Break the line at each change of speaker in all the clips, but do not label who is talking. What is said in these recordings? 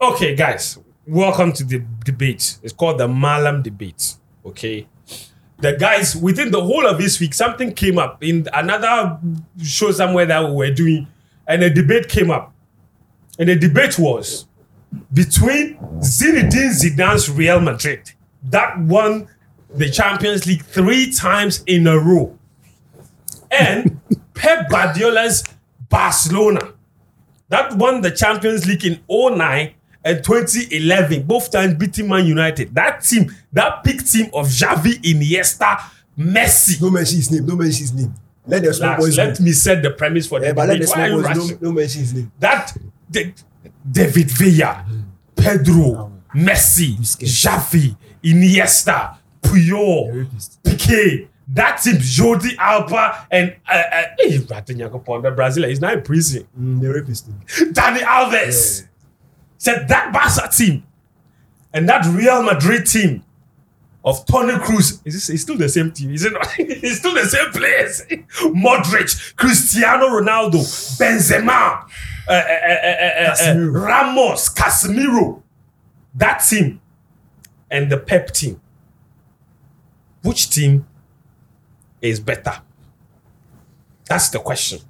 Okay, guys, welcome to the debate. It's called the Malam debate. Okay. The guys, within the whole of this week, something came up in another show somewhere that we were doing, and a debate came up. And the debate was between Zinedine Zidane's Real Madrid, that won the Champions League three times in a row, and Pep Guardiola's Barcelona that won the Champions League in 09 and 2011, both times beating Man United. That team, that big team of Xavi, Iniesta, Messi.
Don't mention his name. Don't mention his name. Let the small
Relax,
boys
let
go.
me set the premise for the
Yeah, but let
debate.
the
Why are you
small boys.
rushing?
Don't, don't mention his name.
that Da- David Villa, Pedro, Messi, Xavi, Iniesta, Puyol, Piqué, that team, Jordi Alba, and uh, uh, hey, Ratinha the Brazil, he's not in prison.
Mm, the rapist. Name.
Danny Alves
Yeah.
said that Barca team and that Real Madrid team of Tony Cruz is this, it's still the same team, is it not? it's still the same players. Modric, Cristiano Ronaldo, Benzema, uh, uh, uh, uh, uh, uh,
Casemiro.
Ramos, Casemiro, that team and the Pep team. Which team is better? That's the question.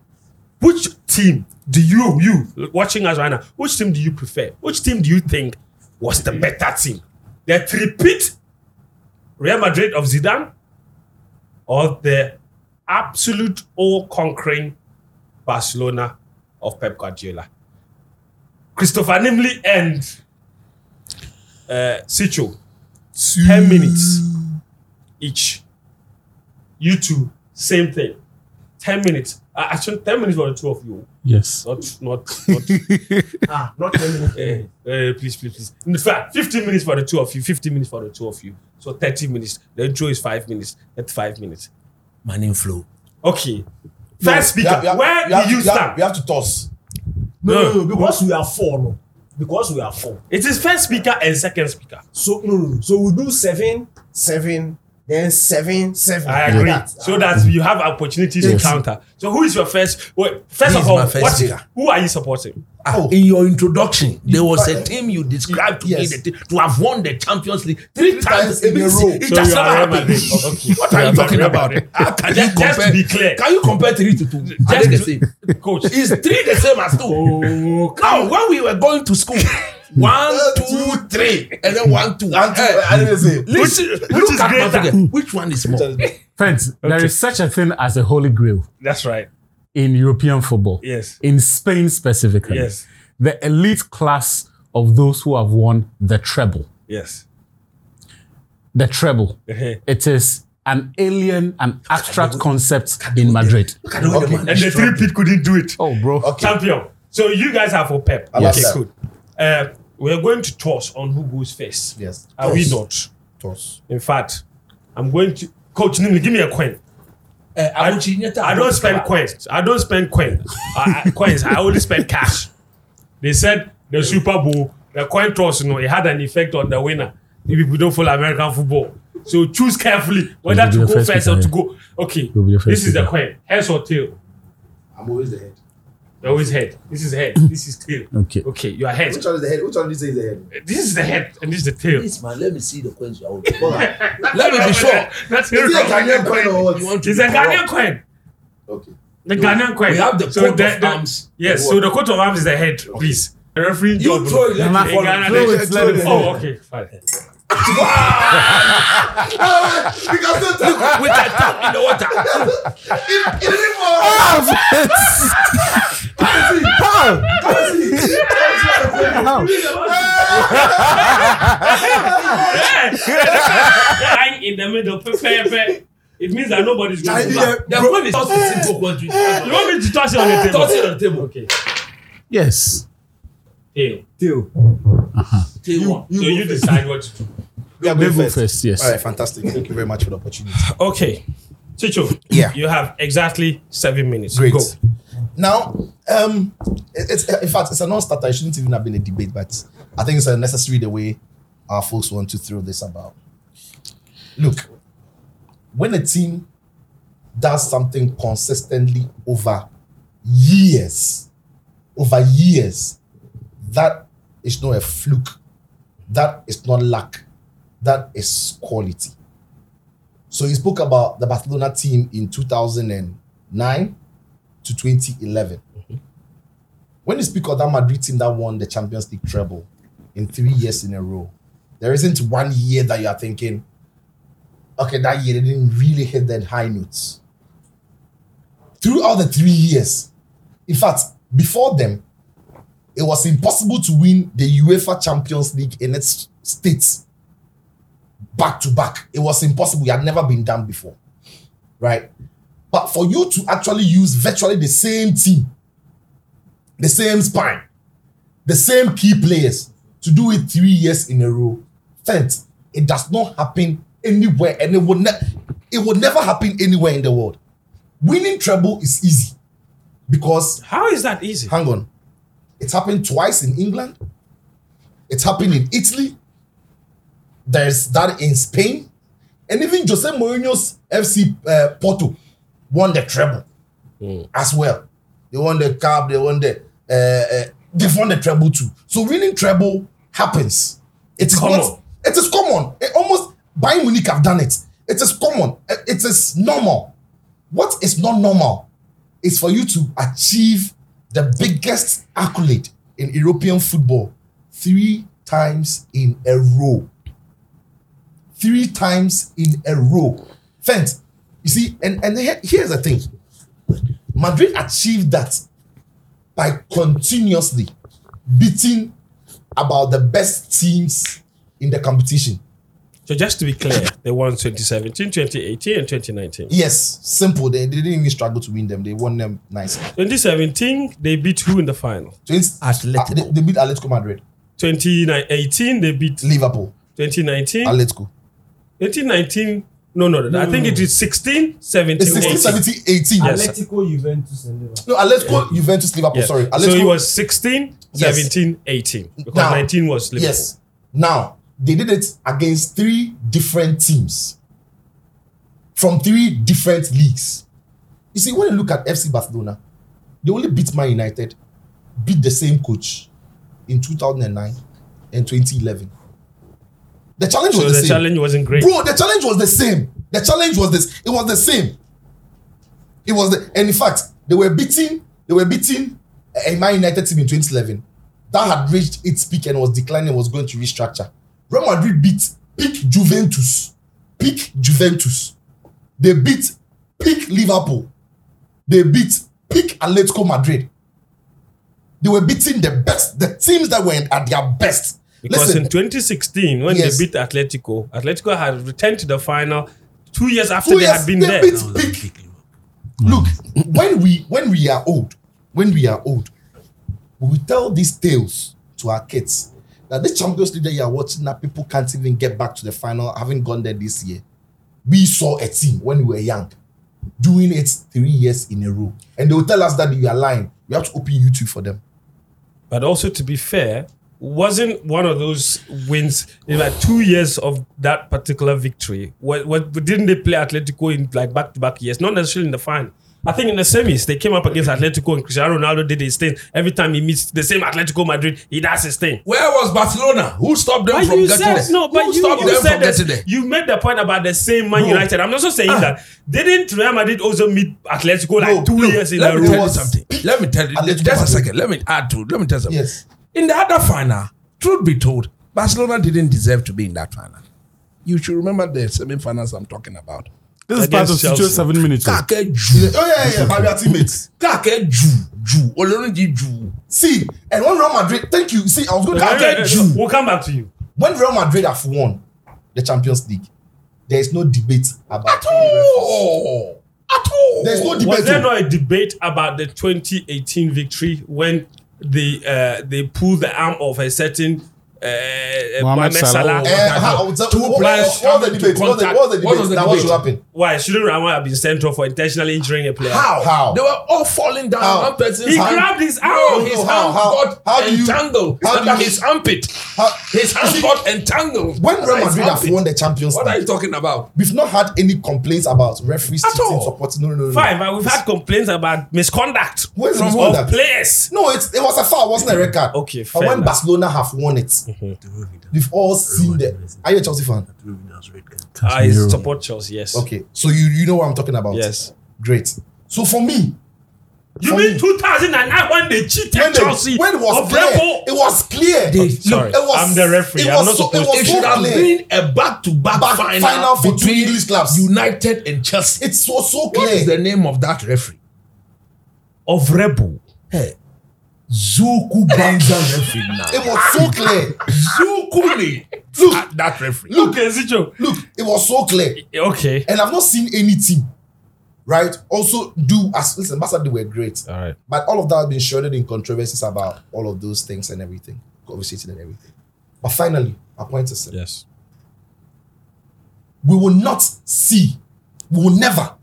Which team do you, you watching us right now, which team do you prefer? Which team do you think was the better team? The repeat Real Madrid of Zidane or the absolute all conquering Barcelona of Pep Guardiola? Christopher Nimley and uh, Sicho, 10 minutes each. You two, same thing. 10 minutes. Uh, actually, 10 minutes for the two of you.
Yes.
Not, not, not.
Ah, not ten minutes.
Eh, eh, please, please, please. In fact, 15 minutes for the two of you, 15 minutes for the two of you. So 30 minutes. The intro is five minutes. That's five minutes.
My name flow.
Okay.
No,
First speaker,
We have- we have-
where
we have-
do you
we have-
stand?
We have to toss.
No,
No.
no, no, because we are four. No, because we are four.
It is first speaker and second speaker.
So no, no, no. So we do seven, seven, then seven, seven.
I
Like
agree.
that.
So that you have opportunities
Yes.
to counter. So who is your first? Wait, first
Who
of
is
all,
my first
what,
speaker?
who are you supporting?
Ah,
Oh.
In your introduction, there was a team you described to
Yes.
me the team, to have won the Champions League three, times,
times in a
It-
row.
It
So
has
you
never
are Real
happened.
Madrid. Okay.
What are
You
you
are
talking
Real
about?
Madrid.
How can you
Just-
compare?
just be clear.
Can you compare three to two? Are they the
Just
same?
coach.
Is three the same as two? Now, when we were going to school, one,
Uh,
two, three, and then one, two.
Ah.
One, two,
Eh,
I didn't say.
listen,
which
look
is
at my
greater?
figure. Which one is more?
Friends, there is such a thing as a holy grail
That's right.
in European football.
Yes.
In Spain specifically.
Yes.
The elite class of those who have won the treble.
Yes.
The treble.
Uh-huh.
It is an alien, an abstract concept in Madrid.
Look at the way the
Okay.
man
And
is
the three pit couldn't do it.
Oh, bro.
Okay.
Champion. So you guys are for Pep.
I like
okay,
that.
good. Uh, we're going to toss on who goes first.
Yes.
Are we not?
Toss.
In fact, I'm going to coach Nimli. Give me a coin.
Eh, Abuchi, Nyeta,
I don't spend coins. I don't spend coin. I, I, coins. I only spend cash. They said the Super Bowl, the coin toss, you know, it had an effect on the winner. If people don't follow American football, so choose carefully whether
You'll be
to
the
go
first
first or
picker,
to
yeah.
go. Okay,
You'll be the
this
first
is the
picker.
coin. Heads or tail?
I'm always the head.
They're always head. This is head. This is tail.
Okay.
Okay, your head.
Which one is the head? Which one do you say is the head?
This is the head and this is the tail.
This man, let me see the coins you are holding.
Bola.
Let me be sure.
That's
Is it a Ghanaian coin or
You
what?
want to
It's a
be corrupt.
Ghanaian coin.
Okay.
The Ghanaian coin.
We have the coat of arms.
Yes, so the coat of arms is the head, please. The referee
You
job,
throw
bro.
it, let
In
me follow.
Ghana,
Throw
they-
it, let it
Oh,
fall.
okay, fine.
You can still tell.
With a tap in the water.
It it didn't fall.
Lying in the middle, pe- pe- pe- it means that nobody's going to
Chinese-
back.
The coin is just simple country.
You want me to toss Ah, it on the
Toss it
table?
on the table.
Okay,
Yes.
tail.
Till
Uh-huh.
Table one.
So you decide what to do.
We are
They
going
go
first.
first, yes.
All right, fantastic. Thank you very much for the opportunity.
Okay, Chicho.
Yeah.
You have exactly seven minutes.
Great.
Go.
Now, um, it- it's in fact it's a non-starter. It shouldn't even have been a debate, but I think it's a necessary the way our folks want to throw this about. Look, when a team does something consistently over years, over years, that is not a fluke. That is not luck. That is quality. So he spoke about the Barcelona team in 2009 to 2011. When you speak of that Madrid team that won the Champions League treble in three years in a row, there isn't one year that you are thinking, okay, that year they didn't really hit the high notes. Throughout the three years, in fact, before them, it was impossible to win the UEFA Champions League in its states back to back. It was impossible. It had never been done before, right? But for you to actually use virtually the same team, the same spine, the same key players to do it three years in a row, fence, it does not happen anywhere, and it will ne- it will never happen anywhere in the world. Winning treble is easy because
How is that easy?
Hang on. It's happened twice in England. It's happened in Italy. There's that in Spain. And even Jose Mourinho's FC uh, Porto won the treble as well. They won the cup, they won the. Uh, uh, they've won the treble too. So winning treble happens. It's
Common.
It is common. It almost Bayern Munich have done it. It is common. Uh, It is normal. What is not normal is for you to achieve the biggest accolade in European football three times in a row. Three times in a row. Fence. You see, and, and here- here's the thing Madrid achieved that by continuously beating about the best teams in the competition.
So just to be clear, they won 2017, 2018, and 2019.
Yes, simple. They, they didn't even struggle to win them. They won them nicely.
2017, they beat who in the final?
So it's- uh,
Atletico.
they, they beat Atletico Madrid,
2018, they beat
Liverpool,
2019.
Atletico.
2019, no, no, no, I think it is 16, 17,
It's 16,
18.
17, 18.
Yes.
Atletico, Juventus, and Liverpool.
No, Atletico, Juventus, Liverpool.
Yeah.
Sorry.
so
Atletico,
it was 16,
Yes.
17, 18. Because
Now,
19 was Liverpool.
Yes. Now, they did it against three different teams from three different leagues. You see, when you look at FC Barcelona, they only beat Man United, beat the same coach in 2009 and 2011. The challenge
So
was the,
the
same.
challenge wasn't great.
Bro, the challenge was the same. The challenge was this. It was the same. It was the and in fact they were beating they were beating a a Man United team in 2011 that had reached its peak and was declining was going to restructure. Real Madrid beat peak Juventus, peak Juventus. They beat peak Liverpool. They beat peak Atletico Madrid. They were beating the best, the teams that were at their best.
Because
Listen,
in 2016, when
Yes.
they beat Atletico, Atletico had returned to the final two years after
Two
they
years,
had been
they
there.
beat- look when we when we are old when we are old we will tell these tales to our kids that this champions league that you are watching that people can't even get back to the final having gone there this year we saw a team when we were young doing it three years in a row and they will tell us that you are lying we have to open youtube for them
But also, to be fair, wasn't one of those wins in like two years of that particular victory? What, what didn't they play Atletico in like back to back years? Not necessarily in the final. I think in the semis they came up against Atletico and Cristiano Ronaldo did his thing. Every time he meets the same Atletico Madrid, he does his thing.
Where was Barcelona? Who stopped them
But
from
you
getting
said
there?
no, but
Who
you,
stopped
you
them
said
from
this,
getting there?
you made the point about the same Man
Bro.
United. I'm not so
Ah.
saying that didn't Real Madrid also meet Atletico like two
no,
years in
Let
a
me tell
row?
you something. Let me tell you.
Atletico
Just a
Madrid.
second. Let me add to. Let me tell you something.
yes
In the other final, truth be told, Barcelona didn't deserve to be in that final. You should remember the semi-finals I'm talking about.
This is part of
Against
Chicho
Chelsea.
seven minutes. oh.
Kakeju.
oh yeah yeah, yeah but we are teammates
Kakeju. Ju. Olorunji Ju.
see and when real madrid thank you see i was going to
Wait, wait, wait,
you
We'll come back to you.
when real madrid have won the champions league there is no debate about
At all. At all.
There's no
Was
debate.
there
oh.
not a debate about the 2018 victory when they uh, they pulled the arm of a certain uh, uh,
Mohamed
Mohamed Salah.
Salah.
Eh,
contact
how-
her.
what-
Two
what-
players
what was
coming to
the debate? What was the-
contact-
what was
What
the
was
debate?
the
Now, what should
debate?
happen?
Why shouldn't Rama have been sent off for intentionally injuring a player?
How?
How?
They were all falling down.
How?
One person's
He
hand-
grabbed his
No,
arm.
his
No, how-
arm
how-
got
how do you-
entangled.
how do
under
you-
his armpit.
How-
his arm got entangled.
When
under
Real
his
Madrid have
armpit.
won the Champions
What are you
League,
talking about?
we've not had any complaints about referees
At
cheating,
all.
supporting. No, no, no, no.
Fine, but we've had complaints about misconduct
Where's
of
misconduct?
players.
No, it's, it was a foul, wasn't a record.
Okay,
But
fair
when
enough. Mm-hmm.
Barcelona have won it, we've all seen the. Are you a Chelsea fan?
I Ah, support Chelsea, yes.
Okay, so you you know what I'm talking about.
Yes.
Great. So for me,
You
For
mean
me-
2009 when they cheated
when,
Chelsea?
they, when it was
of
clear,
Liverpool?
it was clear.
They-
Look,
Sorry,
it was,
I'm the referee.
It
I'm
was
not
so,
supposed
it
to-
was
It
so
should have
clear.
been a back-to-back
Back-
final,
final for two
between
English clubs.
United and Chelsea.
It was so
What is
clear.
the name of that referee?
Of Rebel.
Hey, Zuku Banza referee now.
It was so clear.
Zukuni.
Look,
That referee.
Look.
Okay, Zicho.
look, it was so clear.
Okay.
And I've not seen any team, right? Also, do as listen, Barca they were great.
All right.
But all of that has been shrouded in controversies about all of those things and everything, conversating and everything. But finally, my point is simple.
Yes.
we will not see, we will never,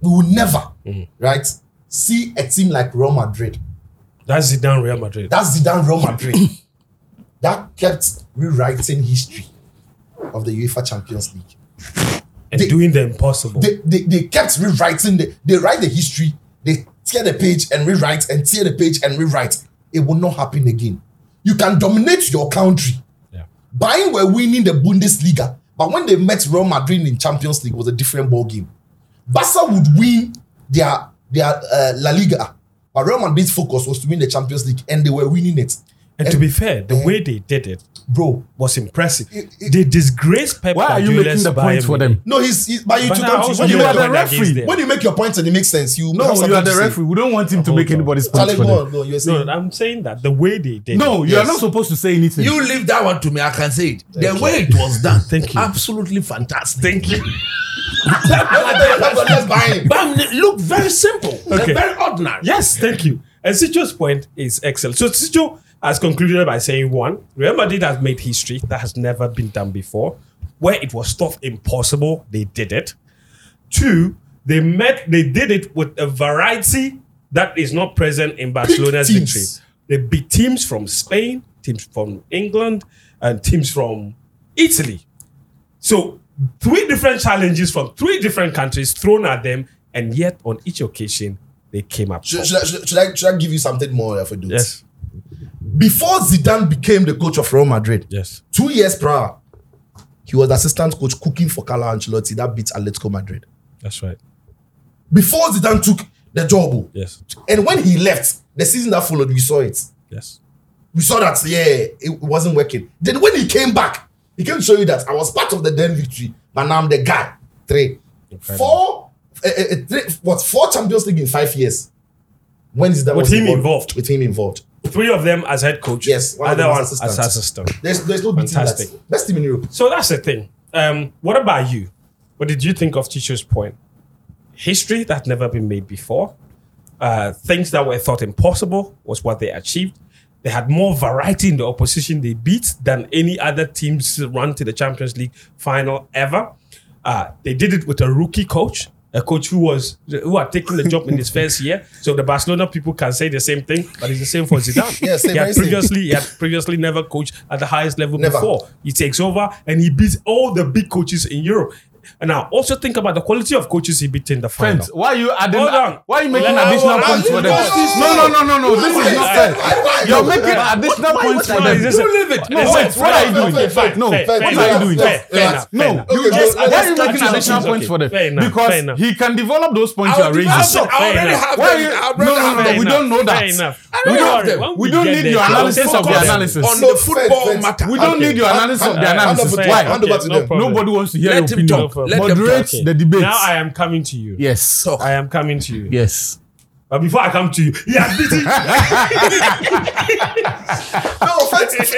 we will never,
Mm.
right, see a team like Real Madrid.
That's Zidane Real Madrid.
That's Zidane Real Madrid that kept rewriting history of the UEFA Champions League.
and
they-
doing the impossible.
they, they, they kept rewriting the, they write the history they tear the page and rewrite and tear the page and rewrite it will not happen again you can dominate your country
Yeah.
Bayern were winning the Bundesliga but when they met Real Madrid in Champions League it was a different ball game Barca would win their their uh, La Liga but Real Madrid's focus was to win the Champions League and they were winning it
and to be fair,
eh.
the way they did it
bro
was impressive.
It- it-
they disgraced Pep
Why are you making
Guardiola's
the point
Bayern
for
Munich.
them?
no he's, he's but you
But
took
now,
them
how
to
should
when
you
you,
are
make
make a
the
your,
point against
referee.
them?
when you make your points and it makes sense you have
No, you
something
are
to
the
say.
referee. We don't want him to make
on.
anybody's point
Charlie,
for
go
them.
on, go on. You're saying
No, I'm saying that the way they did it.
No, you are
Yes.
not supposed to say anything.
You leave that one to me. I can say it. the way it was done.
Thank you.
Absolutely fantastic. Thank you.
Let's buy him.
Bam, look very simple.
Okay.
They're very ordinary.
Yes, thank you. And Sicho's point is excellent. So Sicho has concluded by saying one, Real Madrid has made history that has never been done before. Where it was thought impossible, they did it. Two, they met, they did it with a variety that is not present in Barcelona's
teams.
victory. They beat teams from Spain, teams from England, and teams from Italy. So three different challenges from three different countries thrown at them, and yet on each occasion they came up.
Should, should, I, should, should I should I give you something more of a dude?
Yes,
Before Zidane became the coach of Real Madrid,
yes.
two years prior, he was the assistant coach cooking for Carlo Ancelotti that beat Atletico Madrid.
That's right.
Before Zidane took the job, oh,
Yes,
and when he left, the season that followed, we saw it.
yes.
We saw that yeah, it wasn't working. Then when he came back, he came to show you that I was part of the then victory, but now I'm the guy. Three, four, eh, eh, eh, three, what four Champions League in five years? When is that
With
was
him involved.
With him involved.
Three of them as head coach.
Yes, one of
other
them
one
as
as
assistant.
assistant.
There's there's no beating
Fantastic.
that. Best team in Europe.
So that's the thing. Um, what about you? What did you think of Teacher's point? History that never been made before. Uh, things that were thought impossible was what they achieved. They had more variety in the opposition they beat than any other teams run to the Champions League final ever. Uh, they did it with a rookie coach, a coach who was who had taken the job in his first year. So the Barcelona people can say the same thing, but it's the same for Zidane.
Yeah, same,
he
very
had
same.
previously he had previously never coached at the highest level
Never.
before. He takes over and he beats all the big coaches in Europe. And now also think about the quality of coaches he beat in the final.
Friends, why are you adding?
Hold on.
Why are you making
Hold on,
additional
hold on.
points for them?
Leave us.
No, no, no, no, no. This is not fair. You're making additional points
No,
for them.
it's just-
You leave it.
It's
No, wait,
just-
what are you doing?
Fair, fair,
No,
fair,
what
fair,
are
fair,
you doing?
fair, fair
enough, fair
No,
enough.
you
Okay,
just,
let's-
why are you
let's
making
start
additional
this.
points for them?
Fair enough, fair
Because
enough.
he can develop those points you
I
are
would have
raising.
them. I already
Fair
have
Why you,
them. I already
no, no,
have
no,
them.
we don't know
Fair
that.
enough.
We
Fair
don't,
enough.
When we
we don't
get
need
there,
your
I will
analysis of
focus
the
on
analysis.
On
No,
the football
fair, fair.
matter.
We don't
Okay.
need your analysis of
Hand-
the
hand
analysis.
over to
Why?
them. Hand over to them.
problem.
Nobody wants to hear
Let
your
him
opinion.
talk. Let them
Moderate
Okay.
the debate.
Now I am coming to you.
Yes.
Talk.
I am coming to you.
Yes.
But before I come to you, he has beaten
No offense.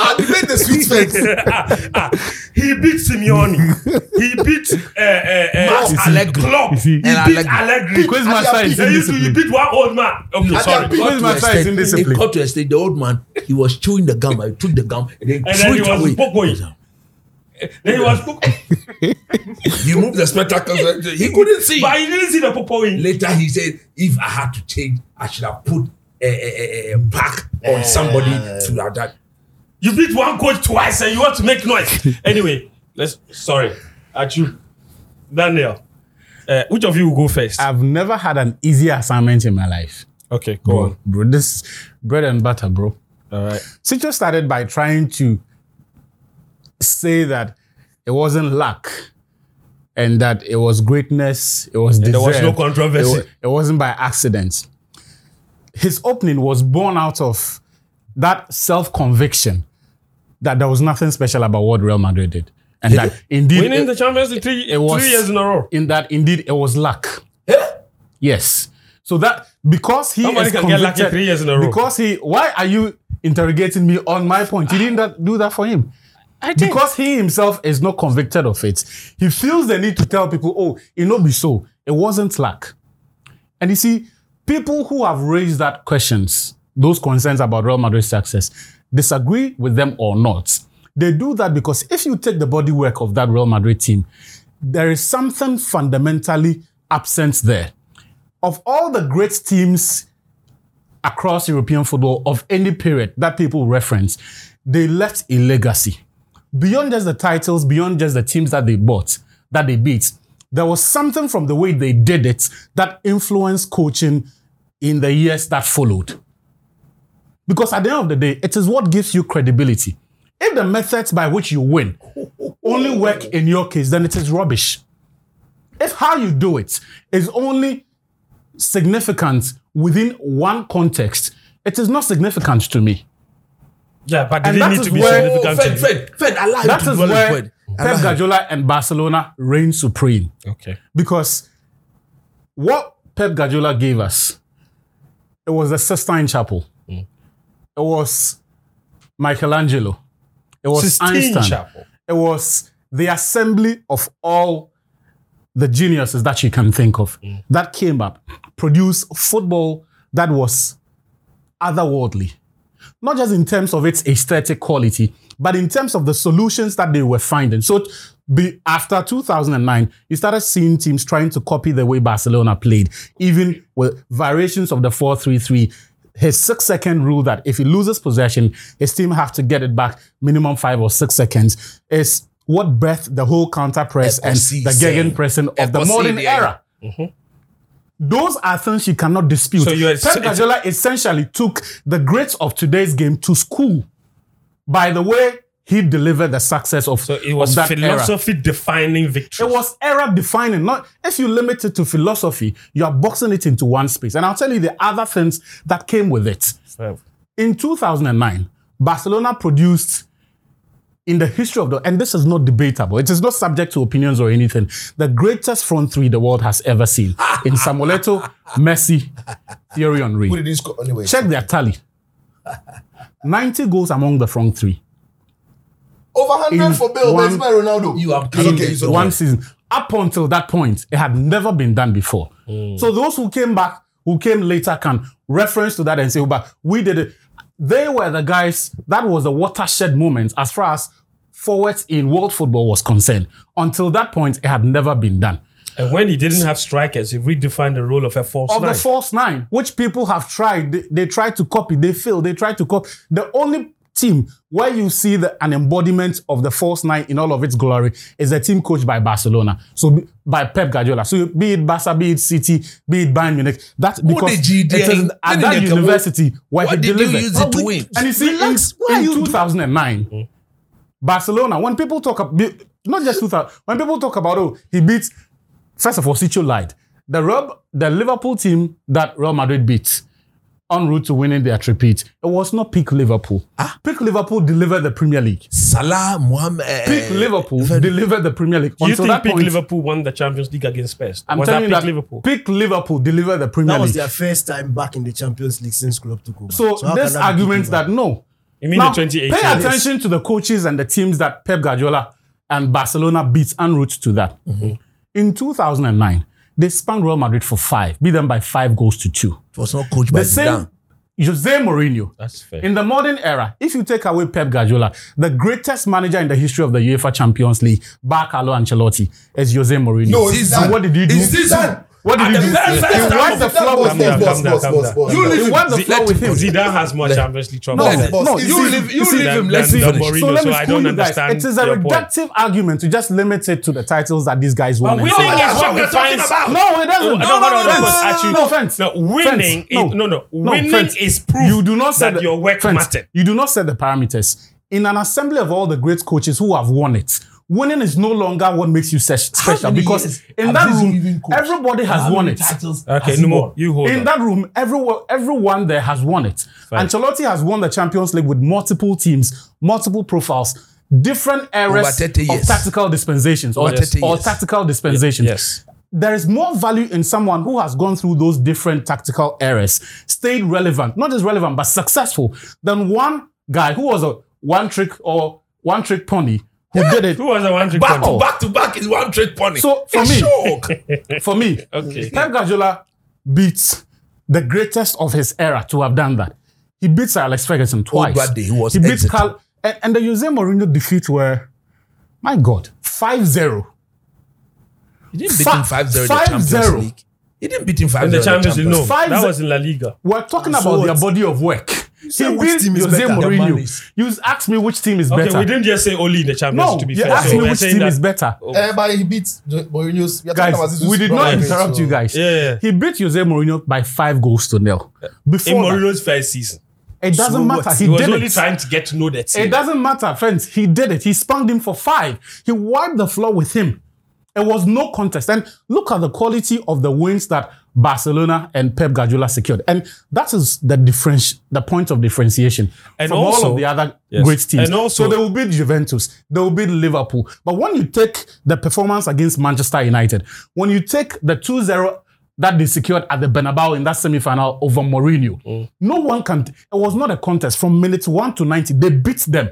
Our debate the sweet face.
ah, ah. He beat Simeone. he beat uh, uh,
Matt
uh, Allegri. Klopp. He
And
beat
Allegri.
Allegri.
Quiz master is
They used to he
indisciplined.
beat one old man. Okay, sorry.
beat-
Quiz master is
It
indisciplined.
got to a stage, the old man, he was chewing the gum. I took the gum and then
And
threw
then he
it
was
away.
Pogboy. Then he was Pogboy.
He moved the spectacles. He couldn't see.
But he didn't see the Pogboy.
Later, he said, if I had to change, I should have put a, a, a, a pack on somebody to have that.
You beat one coach twice and you want to make noise. anyway, let's. Sorry. At you. Daniel. Uh, which of you will go first?
I've never had an easy assignment in my life.
okay, go on.
Bro, this bread and butter, bro.
All right.
Sitcho started by trying to say that it wasn't luck and that it was greatness, it was
there was
deserved,
no controversy.
It, wa- it wasn't by accident. His opening was born out of that self conviction that there was nothing special about what Real Madrid did. And that indeed
Winning
it-
the Champions League three,
it was-
three years in a row.
in that indeed it was luck. Yes. So that because he
Nobody
is
can get lucky
convicted-
three years in a row.
Because he why are you interrogating me on my point? You didn't that, do that for him. I did. Because he himself is not convicted of it. He feels the need to tell people, oh, it not be so. It wasn't luck. And you see, people who have raised that questions, those concerns about Real Madrid's success, disagree with them or not. They do that because if you take the bodywork of that Real Madrid team, there is something fundamentally absent there. Of all the great teams across European football of any period that people reference, they left a legacy. Beyond just the titles, beyond just the teams that they bought, that they beat, there was something from the way they did it that influenced coaching in the years that followed. Because at the end of the day, it is what gives you credibility. If the methods by which you win only work in your case, then it is rubbish. If how you do it is only significant within one context, it is not significant to me.
Yeah, but
And
they didn't need
that
to
is
be
where-
Oh,
significant.
Fred,
to you.
Fred, Fred, allow
That
him to
is
dwell on
where
Fred.
Pep Guardiola and Barcelona reign supreme
Okay.
because what Pep Guardiola gave us, it was the Sistine Chapel,
Mm.
it was Michelangelo, it was
Sistine
Einstein,
Chapel.
it was the assembly of all the geniuses that you can think of
Mm.
that came up, produced football that was otherworldly. Not just in terms of its aesthetic quality, but in terms of the solutions that they were finding. So, be, after 2009, you started seeing teams trying to copy the way Barcelona played, even with variations of the 4 3 3. His six second rule that if he loses possession, his team have to get it back minimum five or six seconds is what birthed the whole counter press and
Ecosis,
the gegenpressing of the
Ecosis,
modern
yeah.
era. Those are things you cannot dispute.
So you are-
Pep Guardiola essentially took the greats of today's game to school by the way he delivered the success of,
So it was
of that era.
philosophy defining victory.
It was era defining. Not if you limit it to philosophy, you are boxing it into one space. And I'll tell you the other things that came with it. In 2009, Barcelona produced in the history of the and this is not debatable. It is not subject to opinions or anything. The greatest front three the world has ever seen in Samueletto, Messi, Thierry Henry.
Who did he score anyway?
Check their tally. 90 goals among the front three.
Over 100
in
for Bill
one-
Benzema Ronaldo.
You are
It's
playing
okay,
the-
it's okay.
one season. Up until that point, it had never been done before. So those who came back, who came later, can reference to that and say, "Oh, "But we did it." They were the guys. That was the watershed moment as far as forwards in world football was concerned. Until that point, it had never been done.
and when he didn't have strikers, he redefined the role of a false
Of
nine.
the false nine, which people have tried, they, they tried to copy, they failed, they tried to copy. The only team where you see the, an embodiment of the false nine in all of its glory is a team coached by Barcelona, so be- by Pep Guardiola. So be it Barca, be it City, be it Bayern Munich. That's because
did you
it
do?
is
When
at that
did they come
university where
Why
he
did you
delivered.
use it
Oh,
to win?
And you see,
Relax, why
in, in
you do-
2009,
Mm.
Barcelona, when people talk about, not just 2000, when people talk about, oh, he beat, first of all, Sitio lied. The, Rob, the Liverpool team that Real Madrid beat en route to winning their triplet, it was not peak Liverpool.
Ah.
Peak Liverpool delivered the Premier League.
Eh,
Salah, Mohamed.
eh,
Peak Liverpool delivered the Premier League.
Do you
Until
think
that
Peak
point,
Liverpool won the Champions League against Spurs?
I'm
was
telling
that Peak
you
Liverpool?
that peak Liverpool delivered the Premier
That was
League.
their first time back in the Champions League since Klopp took over.
So,
how
this
can that be
argument
peak
that no,
You mean
Now,
the 2018?
pay attention to the coaches and the teams that Pep Guardiola and Barcelona beat en route to that.
Mm-hmm.
In 2009, they spanned Real Madrid for five, beat them by five goals to two.
It was not coached by
The same
Zidane.
Jose Mourinho.
That's fair.
In the modern era, if you take away Pep Guardiola, the greatest manager in the history of the UEFA Champions League, bar Carlo Ancelotti, is Jose Mourinho.
No, it's
so
Zidane.
what did he do?
It's Zidane.
What did he do?
very first
He
time
wiped
of-
the floor with
Boss,
Calm down,
him.
boss,
calm down,
boss,
calm
boss,
down.
boss.
You
He
leave
wiped the
Zid-
floor
let
with
him.
him.
Zidane has more Champions League trophies.
No,
than-
boss,
no,
it's
you
Zidane.
leave, you
It's
leave
than-
him.
than-
Let's see.
than
finish.
Mourinho,
So let me
so I
school
don't
you guys.
understand
It is a
your point.
reductive argument to just limit it to the titles that these guys won.
But
and
winning
say-
is what we're talking about.
No, it doesn't.
No, no, no, no, no, no, actually-
no, offense.
No, winning
Fence.
is- no, no. Winning
fence.
is proof
you do not set
that your work
fence.
mattered.
You do not set the parameters. In an assembly of all the great coaches who have won it, winning is no longer what makes you se- special
many
because
years
in
have
that
this
room,
even coached?
everybody has won it.
Okay, no more. You hold
In
on.
that room, everyone, everyone there has won it. Ancelotti has won the Champions League with multiple teams, multiple profiles, different eras
30
of
years.
tactical dispensations or,
Over 30
or
years.
tactical dispensations.
Yes.
There is more value in someone who has gone through those different tactical eras, stayed relevant, not just relevant, but successful, than one guy who was a one trick or one trick pony who did it.
Who was the one to
Back
come?
to back to back is one trick pony.
So for me, for me,
Okay.
Pep Guardiola beats the greatest of his era to have done that. He beats Alex Ferguson twice.
Baddy, who was
he beats
exiting.
Carl, and, and the Jose Mourinho defeat were, my God, 5-0.
He didn't beat him
Five-
5 0 in the Champions
5-0.
League. He didn't beat him 5 0
In the Champions League, no.
Five
That
ze-
was in La Liga.
We're talking about their body of work. He beats
which team is
Jose
better? The man
Mourinho.
is-
You asked me which team is
Okay,
better.
we didn't just say only in the Champions
no,
League, to be
you
fair.
asked
So
me
we're
which
saying
team
that-
is better.
Eh, but he beat the Mourinho's. we are talking about
Guys,
Zizou's
we did not
problem,
interrupt
so-
you guys.
Yeah.
He beat Jose Mourinho by five goals to nil.
in
Before that,
Mourinho's first season.
it doesn't
what?
matter.
He,
He,
was
did
only
it.
trying to get to know the
It
team.
doesn't matter, friends. He did it. He spanked him for five. He wiped the floor with him. It was no contest. And look at the quality of the wins that Barcelona and Pep Guardiola secured. And that is the difference, the point of differentiation
And
from all
also-
of the other
Yes.
great teams.
And also-
so they will beat Juventus, they will beat Liverpool. But when you take the performance against Manchester United, when you take the 2-0 that they secured at the Bernabeu in that semi-final over Mourinho,
Mm.
no one can. It was not a contest from minute one to ninety. They beat them.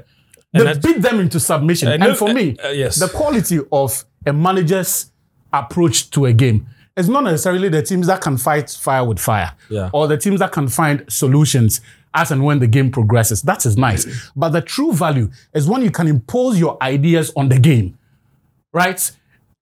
They
that's-
beat them into submission.
And
And,
no-
for me,
uh, uh, yes.
the quality of a manager's approach to a game is not necessarily the teams that can fight fire with fire,
Yeah.
or the teams that can find solutions as and when the game progresses. That is nice, but the true value is when you can impose your ideas on the game, right?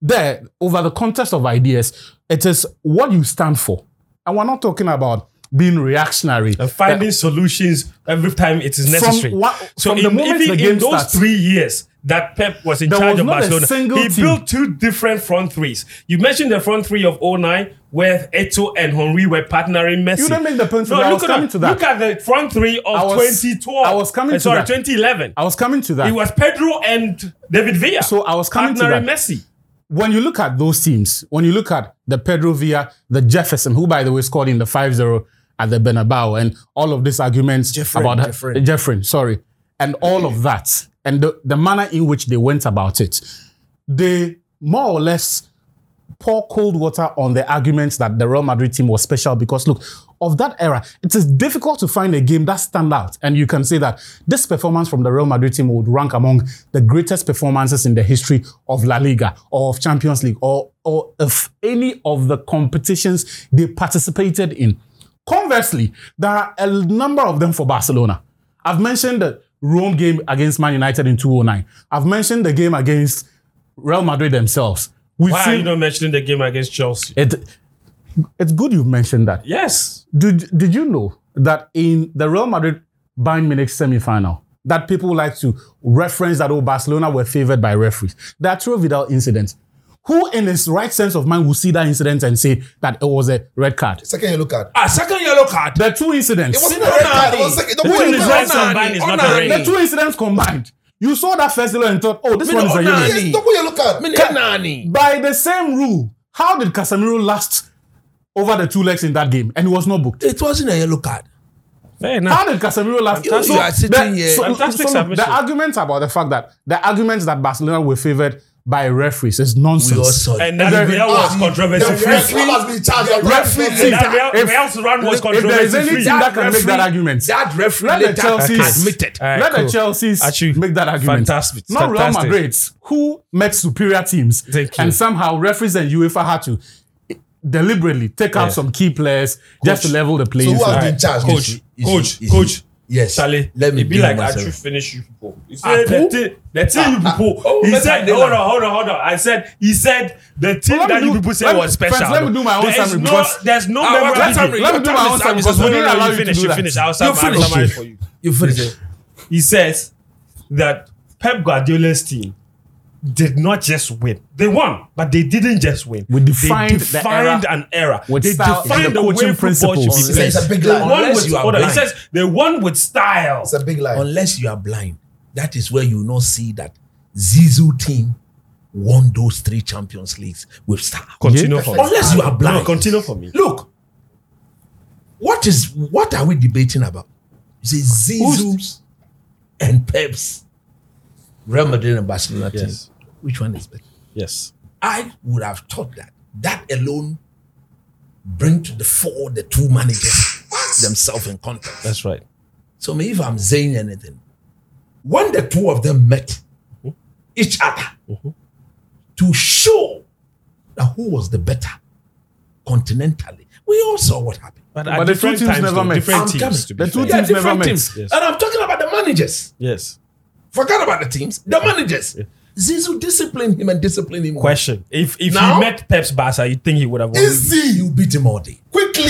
There, over the context of ideas, it is what you stand for, and we're not talking about being reactionary.
And finding solutions every time it is necessary.
what-
so
from
in,
the moment
even
the
in
game
those
starts-
three years that Pep was in
There
charge
was
of
not a
Barcelona,
single
he
team.
built two different front threes. You mentioned the front three of 09 where Eto and Henry were partnering Messi.
You didn't make the point to
No,
that. I
look
was
at
coming
that.
to that.
Look at the front three of
I was-
2012.
I was coming
Uh,
to
sorry,
that.
2011.
I was coming to that.
It was Pedro and David Villa.
So I was coming to
partnering
that.
Messi.
when you look at those teams, when you look at the Pedro Villa, the Jefferson, who by the way scored in the 5-0 at the Bernabeu, and all of these arguments
Jeffren,
about
Jeffren.
Jeffren, sorry, and all of that, and the, the manner in which they went about it, they more or less pour cold water on the arguments that the Real Madrid team was special because look, of that era, it is difficult to find a game that stand out and you can say that this performance from the Real Madrid team would rank among the greatest performances in the history of La Liga or of Champions League or or of any of the competitions they participated in. Conversely, there are a number of them for Barcelona. I've mentioned the Rome game against Man United in 2009. I've mentioned the game against Real Madrid themselves. We've
Why are
seen
you not mentioning the game against Chelsea?
it, it's good you've mentioned that.
Yes.
Did, did you know that in the Real Madrid Bayern Munich semi final, that people like to reference that, oh, Barcelona were favored by referees? The Arturo Vidal incident. Who in his right sense of mind will see that incident and say that it was a red card?
Second yellow card.
Ah, second yellow card.
The two incidents.
It wasn't a red card. It was second. The
Who in his
was-
right hand mind is not a
Onani.
ring?
the two incidents combined. You saw that first yellow and thought, oh, this one is a yellow.
Yes, double yellow card.
Nani.
By the same rule, how did Casemiro last over the two legs in that game and he was not booked?
It wasn't a yellow card.
Fair enough.
How did Casemiro last?
You- you are sitting here.
so-
Fantastic
so look,
submission.
the argument about the fact that the arguments that Barcelona were favored by referees. It's
We all
nonsense.
saw it.
And that, that was controversy
The
free.
referee must be charged. The
Referee.
referee.
That Real-
If-
Real's run was
if there is
controversy
any
free.
team that can make that
referee-
argument,
That referee
let the
later
Chelsea's
admitted.
Alright,
let
cool.
the Chelsea's
Achu.
make that argument.
Fantastic.
Not
Fantastic.
Real Madrid, who met superior teams,
Thank you.
and somehow referees and UEFA had to deliberately take out some key players just to level the
So
playing
who
field.
has been charged?
Coach,
Is he-
coach,
is he-
coach.
Yes.
Charlie,
Let me
it be
give
like
myself.
Achu finish you people. He
Ah,
said the team, the team you people.
oh,
he
Messi
said,
did
hold
that.
on, hold on, hold on. I said, he said the team
let me
that you
do-
people said
let me-
was special.
friends, let me do my own
There is
summary
no-
because-
There's no
Ah, well,
memorability.
let's summary. Let
me do my own summary because we
No, no,
didn't
no,
allow
you
you to
finish.
do
You
that.
finish. I'll
You
sum- I'll
finish.
summarize for you.
You finish.
He says that Pep Guardiola's team did not just win. They won, but they didn't just win.
We defined
they
the
defined
era
an era.
with
they
style
defined
and
the
the
way
coaching
football should
principles.
be played.
It's a big
They
lie.
won
Unless
with,
you are
hold on, he
blind.
says they won with style.
It's a big lie.
Unless you are blind, that is where you not see that Zizou team won those three Champions Leagues with style.
Continue for me.
Unless you are blind.
Continue for me.
Look, what is what are we debating about? You say Zizou's and Pep's, Real Madrid and Barcelona
Yes.
team. Which one is better?
Yes.
I would have thought that that alone bring to the fore the two managers themselves in contact.
That's right.
So me, if I'm saying anything, when the two of them met each other to show that who was the better continentally, we all saw what happened.
at
But the two
different
teams
times,
never
though,
met.
Different
I'm
teams.
coming.
to be
The two
fair.
teams
different
never met.
teams.
Yes.
And I'm talking about the managers.
Yes.
Forget about the teams, the managers. Zizou disciplined him and disciplined him.
Question: If if
Now-
he met Pep's Barca, you think he would have won?
Easy, you beat him all day.
Quickly.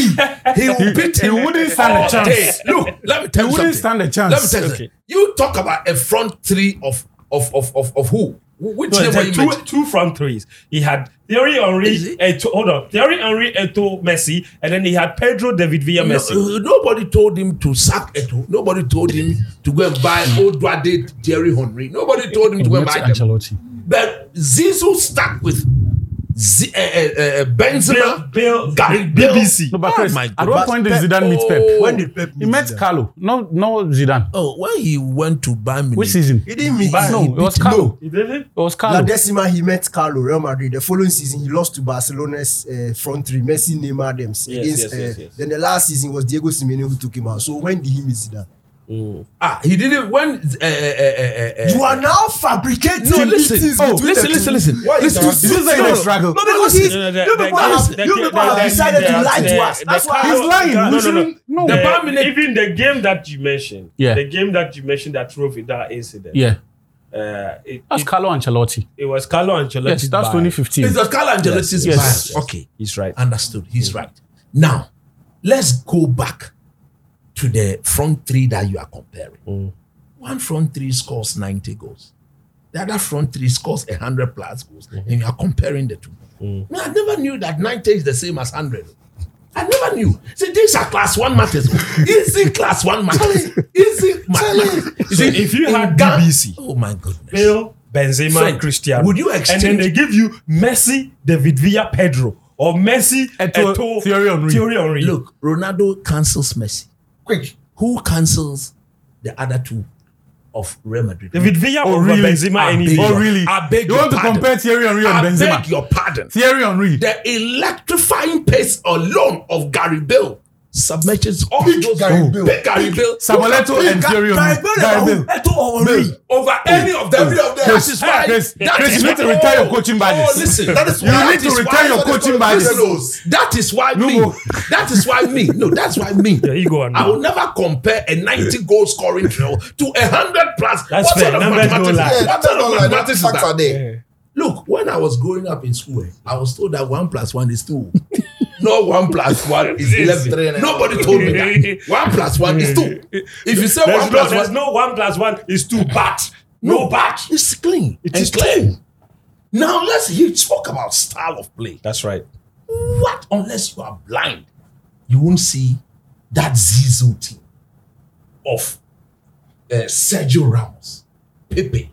He will beat
he
him.
wouldn't stand a
all
chance.
day. Look, let me tell you
He wouldn't
something.
stand a chance.
Let me tell you.
Okay.
something. You talk about a front three of of of of, of who? Wh- Which
No,
name
it's
were
like
you
two,
mentioning?
two front threes. He had Thierry Henry,
Is it?
Eto, hold on, Thierry Henry, Eto, Messi, and then he had Pedro, David Villa, Messi.
No, uh, nobody told him to sack Eto. Nobody told him to go and buy old Dwade Jerry Henry. Nobody told him to go and
Not
buy them.
Ancelotti.
But Zizou stuck with Z- uh, uh, uh,
Bill,
Benzema,
Bill,
Gary Bale.
BBC.
No, but
Oh
Chris,
my
at
God.
what point did
Pep-
Zidane meet
Oh.
Pep?
When
did Pep
He
meet
met
Zidane?
Carlo. No, no Zidane.
Oh, when he went to Bayern Munich,
Which season?
He didn't meet.
No, it was Carlo.
He did it.
It was
La
Carlo.
Decima, he met Carlo, Real Madrid. The following season, he lost to Barcelona's uh, front three, Messi, Neymar, them. Yes, against,
yes,
uh,
yes, yes.
Then the last season was Diego Simeone who took him out. So when did he miss that?
Ah, he didn't. When uh, uh, uh, uh, uh,
You are now fabricating
No, listen.
meetings
Oh,
between
listen,
the
listen,
two.
listen.
Why
Listen,
interrupt
this
me?
is like
No,
a
no,
struggle.
No, because he's, you people have, you people have decided to lie to us. That's why
He's lying.
No, no,
We
no.
shouldn't- no.
The,
The
Bayern Munich- even the game that you mentioned,
Yeah.
the game that you mentioned that drove with that incident,
Yeah,
uh, it,
that's
it,
Carlo Ancelotti.
it was Carlo Ancelotti.
Yes, that's
by-
2015.
It's the Carlo Ancelotti's
yes,
bias.
yes.
Okay,
He's right.
understood. He's right. Now, let's go back to the front three that you are comparing.
Mm.
One front three scores 90 goals. The other front three scores 100 plus goals.
Mm-hmm.
And you are comparing the two.
Mm.
No, I never knew that 90 is the same as 100. I never knew. See, these are class one matters. Easy class one matters. Easy matters.
So if you
in
had
Ghana-
BBC,
Oh my goodness.
Bill, Benzema,
Friend,
and Cristiano.
would you
And then
exchange-
they give you Messi, David Villa, Pedro, or Messi,
Eto-
Eto,
Thierry Henry.
Thierry Henry.
Look, Ronaldo cancels Messi.
Quick.
Who cancels the other two of Real Madrid?
David Villa
Oh,
over
really?
Benzema Ah,
I
any
beg
day.
your-
Oh, really?
I beg
You
your
want to
pardon.
compare Thierry Henry and
I
Benzema?
beg your pardon.
Thierry Henry.
The electrifying pace alone of Gary Bill submerges all
Big
those
Gary Bale.
Big Gary Bill
Samueletto and Thierry Henry. Gary Bale.
over any of them.
Every of them.
That is why.
Chris,
that
Chris,
is
you need to
why-
retire your
Oh,
coaching
Oh,
badges.
listen,
That is
You
why-
need
that
to
is
retire
why
your
they call
coaching
them
badges.
criminals.
That is why
No
me.
more.
That is why me. No, that's why me.
Your ego and
I
me.
will never compare a 90 goal scoring drill to a 100 plus.
That's
what
fair.
Sort of
Numbers don't
mathematics,
lie.
Yeah,
What
that's
sort
not
of
like that.
mathematics is
Facts are
that?
there.
Look, when I was growing up in school, eh, I was told that one plus one is two. no one plus one is
three and a
eleven.
half.
Nobody told me that. One plus one is two. If you say
There's, no,
one plus
there's
one,
no one plus one is two, but no, but.
it's clean. It
is
is clean. Now let's hear talk about style of play.
That's right.
What unless you are blind, you won't see that Zizou team of uh, Sergio Ramos, Pepe,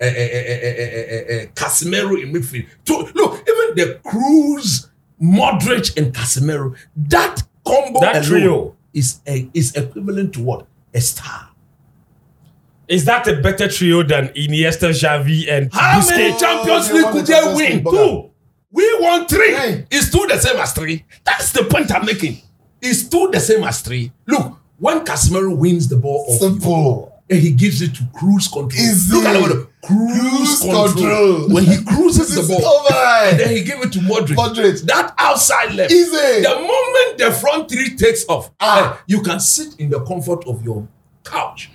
uh, uh, uh, uh, uh, uh, uh, Casemiro in midfield. To, look, even the Cruz, Modric, and Casemiro, that combo
That
alone
trio.
is a, is equivalent to what a star.
Is that a better trio than Iniesta, Xavi, and
How many
Busquets?
Champions
they
League
won
could
the
they
Champions
win?
League,
Two. We won three.
Hey.
It's two the same as three. That's the point I'm making. It's two the same as three. Look, when Casemiro wins the ball off you,
Simple.
and he gives it to cruise control.
Easy.
Look at the word, cruise,
Cruise
control.
control.
When he cruises the
It's
ball, and then
over.
he gave it to Modric.
Modric.
That outside left.
Easy.
The moment the front three takes off,
Ah.
eh, you can sit in the comfort of your couch.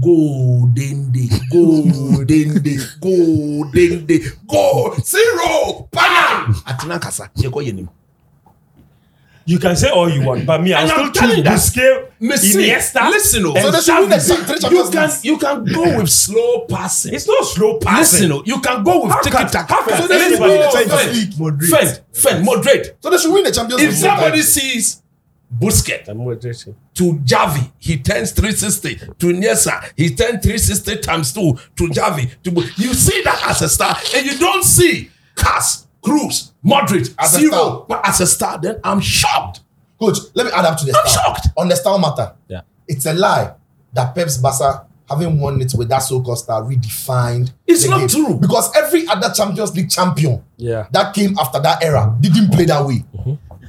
Golden day, golden day, golden day, go zero, bam. Atina kasa, yeko yenim.
You can say all you want, but me, I'll
And
still
I'm telling
choose Busquets,
that- Messi,
Iniesta.
listen, oh.
and
So they should win the
Xavi.
thing, three
You
Champions
can
Leagues.
you can go with slow passing.
It's not slow
Listen,
passing.
oh, you can go with
How
tick
can-
tack.
how can
So they should
anybody
win the
defend
Champions League?
Madrid.
Fend, fend, moderate.
So they should win the Champions League.
If somebody sees Busquets,
I'm moderating.
to Javi, he turns 360. To Nyesa, he turns 360 times 2. To Javi, to, you see that as a star, and you don't see Cas, Cruz, Modric,
As a
Zero,
star.
but as a star, then I'm shocked.
Coach, let me add up to the
I'm
star.
shocked.
On the star matter,
Yeah.
it's a lie that Pep's Barca, having won it with that so-called star, redefined.
It's
the
not
game.
true.
because every other Champions League champion
Yeah. Mm-hmm.
that came after that era didn't play that way.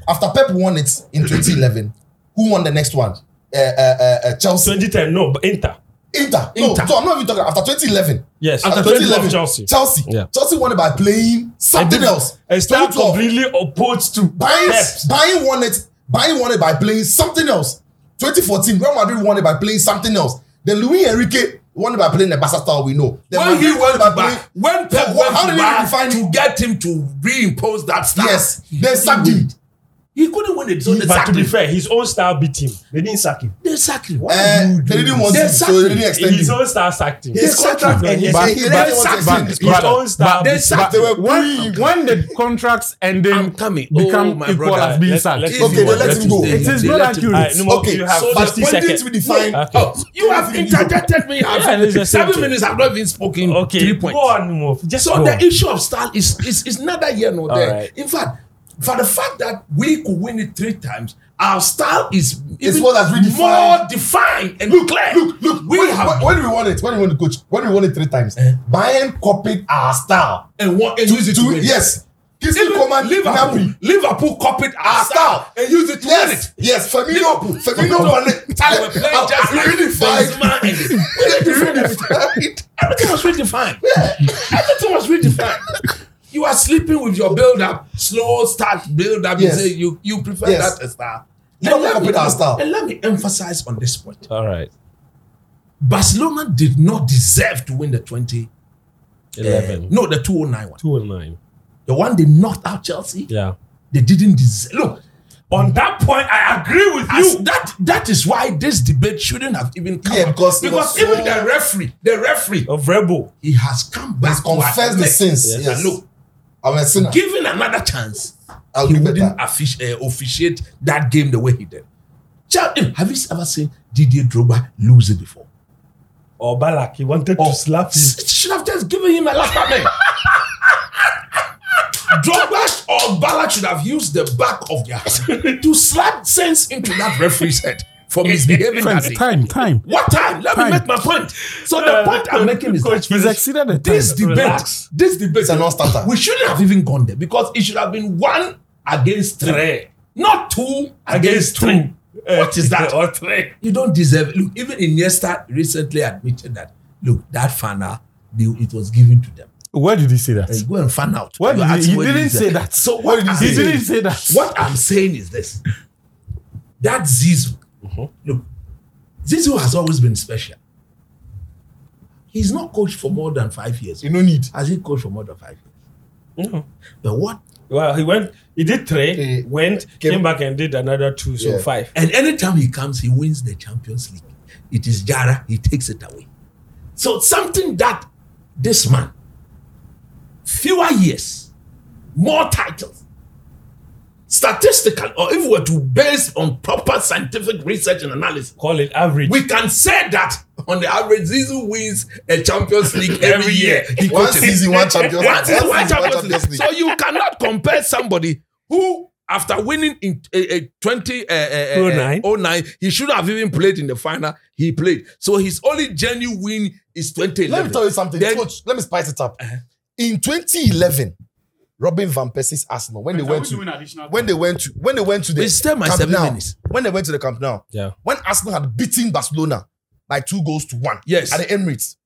After Pep won it in 2011, who won the next one? Uh, uh, uh, uh, Chelsea,
2010, no, but Inter.
Inter.
Inter.
No, so I'm not even talking after 2011.
Yes.
After
After 2011,
2011,
Chelsea.
Chelsea.
Yeah.
Chelsea won it by playing something else.
A star
2012.
completely opposed to
Bayern,
Pep's.
Bayern won it. Bayern won it by playing something else. 2014, Real Madrid won it by playing something else. Then Luis Enrique won it by playing the Barca style we know. Then
When he
Madrid
went
by
to
playing-
back, when
So
Pep
what-
went
how
to
did he
back
refine
to get him to reimpose that star,
Yes, they sacked him.
He couldn't win it, so
But
they sacked
to be
him.
fair, his own star beat him.
They didn't sack him.
They sacked him.
Eh, they didn't want
They
him, so they
sacked
didn't
him.
extend
His
him.
own star sacked him.
They sacked him.
and he-
But-
He didn't
but-
want to
but-
extend his
but-
contract.
own star
but-
beat
but
sacked-
they were
when, when the contracts ending
I'm coming. Oh,
become
my
equal
brother.
as being
Let-
sacked.
let-
If
Okay,
he
then
was
let
left
him
to
go.
stay,
It
they
is not
let him
accurate.
go.
All right, no more.
Okay,
You have
so
60
when did
seconds.
we define-
Okay.
Oh, you have interjected me. I've,
Yeah, it's the same
seven
thing.
minutes. I've not even spoken.
Okay,
three points.
go on, move. Just
So
go.
the issue of style is is, is neither here nor
All
there.
right.
In fact, for the fact that we could win it three times, our style is even
what has redefined-
more defined and clear.
Look, look,
we
when,
have
when- when we won it, when we won the coach, when we won it three times, Bayern copied our style.
and one and use it to
To-
win.
yes. Kissing
Even
Coman,
Liverpool,
Gnabry.
Liverpool copied our
Our
style
style.
and used it to win it.
Yes, yes, Firmino, Firmino, Van
They were playing just like Benzema and-
redefined.
Everything was redefined. Everything was redefined. You are sleeping with your build up, slow start build up.
Yes.
You say you, you prefer
Yes.
that style.
Liverpool
me,
copied our style.
and let me emphasize on this point.
All right.
Barcelona did not deserve to win the 20. uh,
11.
no, the 209 one.
209.
The one they knocked out Chelsea,
Yeah.
they didn't deserve. Look,
On that point, I agree with
as
you.
that that is why this debate shouldn't have even come
Yeah,
up.
because it
because
was
even
so-
the referee, the referee,
Of Rebel.
he has come back to
confessed the
admit
sins,
that
yes.
Look,
I'm a sinner.
given another chance,
I'll
he
do better.
wouldn't offici- uh, officiate that game the way he did. Chel- eh, have you ever seen Didier Drogba lose it before?
Or Balak. He wanted to slap
Hmm.
you.
S- Should have just given him a last name. Drogba or Bala should have used the back of their hand to slap sense into that referee's head for misbehaving that
Friends,
day.
time, time.
What time? Let
Time. Uh,
me make my point. So the point I'm making is that
Coach,
He's
finish.
exceeded the time.
this debate,
Relax.
this debate,
It's a non-starter.
we shouldn't have even gone there because it should have been one against three,
Three.
not two
Against
against, two.
two.
What is that?
Or three.
You don't deserve. It. Look, even Iniesta recently admitted that. Look, that final, they, it was given to them.
Where did he say that?
Hey, go and find out.
Where
You
did he-
ask
he
where
didn't
is
say
it.
that.
So what I'm
He
saying-
didn't say that.
What I'm saying is this: that Zizou, look, Zizou has always been special. He's not coached for more than five years.
You no need.
Has he coached for more than five years? But what?
Well, he went, he did three,
Three.
went, came,
Came-
back and did another two, so
Yeah.
five.
And anytime he comes, he wins the Champions League. It is Jara. He takes it away. So something that this man, fewer years, more titles. Statistical, or if we were to base on proper scientific research and analysis,
Call it average.
we can say that on the average, Zizou wins a Champions League every year. He
One
coaches.
season, one Champions League.
Once is one
season,
Champions League. So you cannot compare somebody who after winning in uh, uh, 20 uh, uh, uh,
09.
09, he should have even played in the final. He played. So his only genuine win is 2011.
Let me tell you something.
Then- Uh-huh.
Coach, let me spice it up. In 2011, Robin van Persie's Arsenal when they went to when they went to when they went to the
It's still my
Camp
seven
Nou,
minutes.
when they went to the Camp Nou,
Yeah.
when Arsenal had beaten Barcelona by two goals to one
Yes.
at the Emirates,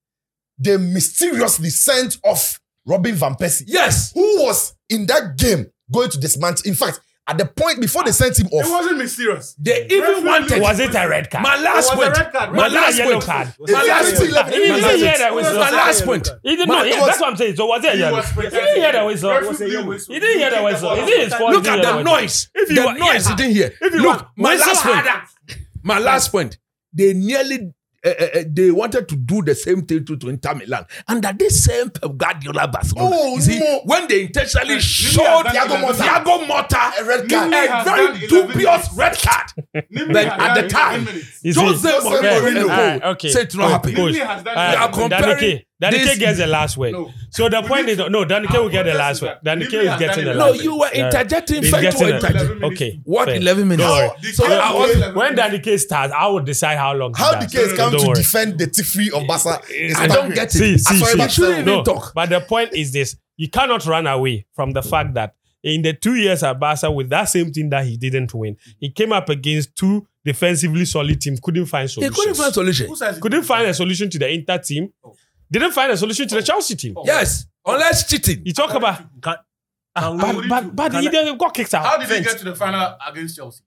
they mysteriously sent off Robin van Persie,
Yes.
who was in that game going to dismantle. In fact, at the point before they sent him off,
wasn't mysterious.
They even wanted.
Was it a red card?
my last
It was a
point.
red card,
My
right?
It
last
was a
point.
yellow card.
My
It
last
was a
point.
yellow card.
He didn't hear
My last
that
point.
whistle.
My last point.
He didn't
My-
know. Yeah,
was-
that's what I'm saying. So was it a yellow?
was
He
protected.
didn't hear that whistle.
Referee
Was it a
blew
yellow
whistle.
whistle? He didn't hear that whistle. Is it his fault?
Look
he
at
didn't hear
the
whistle?
noise.
If you
the
were-
noise
yeah.
he didn't hear.
If you
Look,
were-
my
whistle
last
harder.
point. My last point. They nearly. Uh, uh, uh, they wanted to do the same thing to, to Inter Milan under this same Pep Guardiola Barcelona.
Oh,
You see,
no.
when they intentionally
Yes,
showed
Mimi has
done
Thiago,
eleven.
Thiago Motta
a red card.
Mimi
a
has
very
done eleven
dubious
minutes.
red card,
Nimi
but at the time,
You see?
Jose
Jose
Mourinho
Mourinho.
Alright, okay.
said it's not
Coach,
happening.
coach.
Mimi has done
Alright,
it.
You are comparing
Danike.
this-
Danike gets the last word.
No.
So the
We
point
need
is, no, Danike
I'll
will get the
contest
last
with
word.
that. Mimi
Danike is
has
getting
done
the
it.
last
No,
word.
you were
Yeah.
interjecting
He's
fact
getting
to
it.
interject.
Okay.
What
fair.
11 minutes?
Don't worry.
So I was,
When Danike starts, I will decide how long.
How the case come
comes
to defend the Tifri of Barca? is
I don't
staggering.
get it.
See, see,
sorry,
see.
but shouldn't
No,
even talk.
But the point is this: you cannot run away from the fact that in the two years at Barca with that same thing that he didn't win, he came up against two defensively solid teams, couldn't find
They
solutions.
couldn't find solution.
Couldn't find a solution to the Inter team. Didn't find a solution to the Chelsea team.
Yes, unless cheating.
You talk about, Ah,
we-
but but, but
can
he
I-
didn't got kicked out.
How did they get to the final against Chelsea?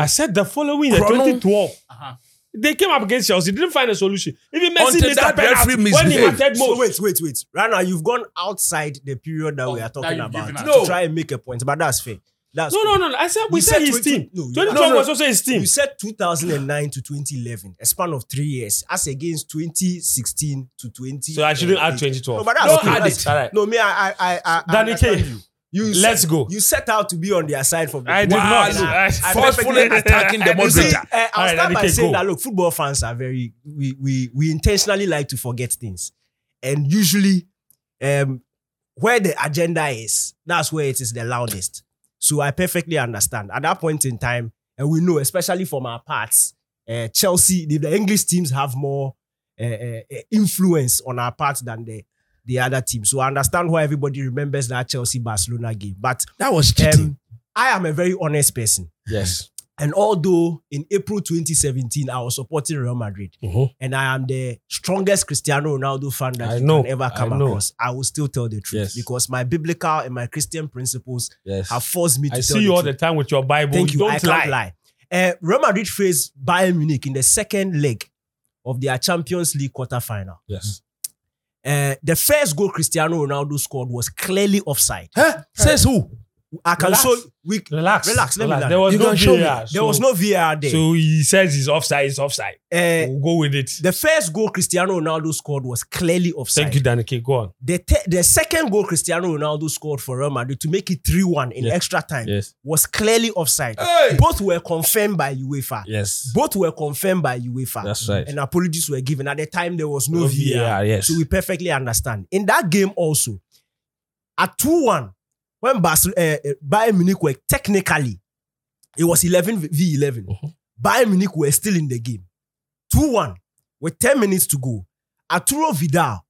I said the following year,
Chrono-
2012.
Uh-huh.
They came up against Chelsea, didn't find a solution. Even Messi
Until
missed a
that
penalty
referee
when he
misbehaved.
wanted
So
most.
wait, wait, wait. Right now, you've gone outside the period that
Oh,
we are
that
talking
you've
about
given
to
us.
No.
try and make a point, but that's fair. That's
No,
fair.
no, no. no. I said we
You
said,
said
his
20
team.
no, you-
2012
no, no.
was also his team.
You said 2009 to 2011, a span of three years, as against 2016 to 20.
So I shouldn't add 2012.
2012. No, but that's
Don't
okay.
add
That's-
it. All right.
No, me, I, I, I, I I
Danny
understand
K,
you. You
let's
set,
go.
You set out to be on their side from the
I did
beginning.
not.
And
Look, I-
Forcefully
perfectly-
attacking the
and you see,
moderator.
Uh, I'll
All right,
start
Danny
by
K,
saying
go.
that look, football fans are very we we we intentionally like to forget things, and usually, um, where the agenda is, that's where it is the loudest. So I perfectly understand. At that point in time, and we know, especially from our parts, uh, Chelsea, the, the English teams have more uh, uh, uh, influence on our parts than the the other team. So I understand why everybody remembers that Chelsea Barcelona game. But
That was cheating.
um, I am a very honest person.
yes.
And although in April 2017 I was supporting Real Madrid,
Mhm.
and I am the strongest Cristiano Ronaldo fan that
I
you
know,
can ever come
I know.
across, I will still tell the truth
Yes.
because my biblical and my Christian principles
Yes.
have forced me to
I
tell
see you
the
all
truth.
the time with your Bible.
Thank you.
Don't lie.
I can't lie. Uh, Real Madrid faced Bayern Munich in the second leg of their Champions League quarterfinal.
Yes.
Uh, the first goal Cristiano Ronaldo scored was clearly offside. Eh,
Huh? Says who?
I can
Relax.
so we
Relax.
Relax, let me relax.
There was
You
no
can show me.
VAR.
there was
so-
no VAR there.
So he says he's offside. He's offside.
Uh,
We'll go with it.
the first goal Cristiano Ronaldo scored was clearly offside.
Thank you, Danny K. Go on.
The, te- the second goal Cristiano Ronaldo scored for Real Madrid to make it 3 1 in
Yes.
extra time
Yes.
was clearly offside.
Hey!
Both were confirmed by UEFA.
Yes.
Both were confirmed by UEFA.
right.
and apologies were given. At the time, there was no,
No
VAR.
VAR, yes.
So we perfectly understand. In that game also, at 2-1, when Basel, uh, uh, Bayern Munich were technically, it was 11 v 11.
Mhm.
Bayern Munich were still in the game. 2-1 with 10 minutes to go. Arturo Vidal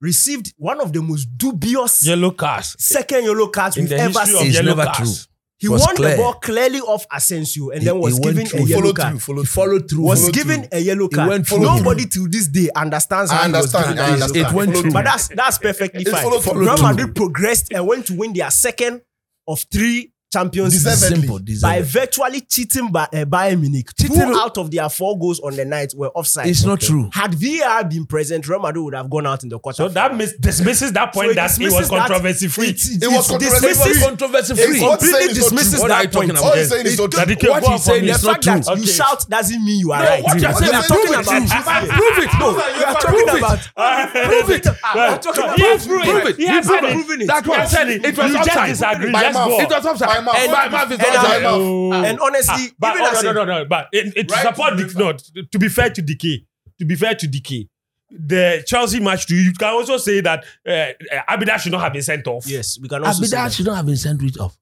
received one of the most dubious
Yellow cars.
second yellow cards
In
we've
the
ever
history of
seen.
It's
yellow
never
cards.
He
was
won
clear.
the ball clearly off Asensio and
He-
then was
he went
given a
through.
yellow
Follow
card
through, follow
He
through.
followed through.
was
followed
given
through.
a yellow
He
card.
went through.
Nobody till this day understands
I
how he was
understand.
given
I
that yellow
understand.
It went
Follow
through.
But that's that's perfectly
It's
fine.
followed through.
Real
Followed
Madrid progressed and went to win their second of three Champions
Deservedly.
League
Simple.
by
deserved.
virtually cheating by uh, Bayern Munich.
Cheating-
Two out of their four goals on the night were offside.
It's not true.
Had VAR been present, Real Madrid would have gone out in the quarter.
So that mis- dismisses that point that it was controversy free.
It was controversy
It's
free.
controversy
It's
free.
not saying
Completely
it's not true.
dismisses
What are you
that
talking
point.
about?
All he's saying is
That
not
he
true.
can
What
go
he's
out
saying
for me.
is
The
not
fact
true.
that you
Okay.
shout doesn't mean you are
No,
right.
what
We
you
are
are saying is
talking
true.
about
Prove it. No,
We are talking about
Prove it.
Right.
talking
So
about-
he proved
Prove
it.
it.
He
You
has
prove
said
it.
it.
That's
He
what I'm
has said
saying.
it.
It was
You just
offside.
disagree.
By
Let's
mouth.
go.
It
was offside.
By mouth.
And by mouth, it's
And
offside.
I'm-
Oh.
And honestly,
But
even
oh,
as
no,
a-
no, no, no. But it, it
Right
support
to
to no, to to be fair to Decay, to be fair to Decay, the Chelsea match too. You can also say that uh, uh, Abida should not have been sent off.
yes, we can also say
Abida
that.
should not have been sent off.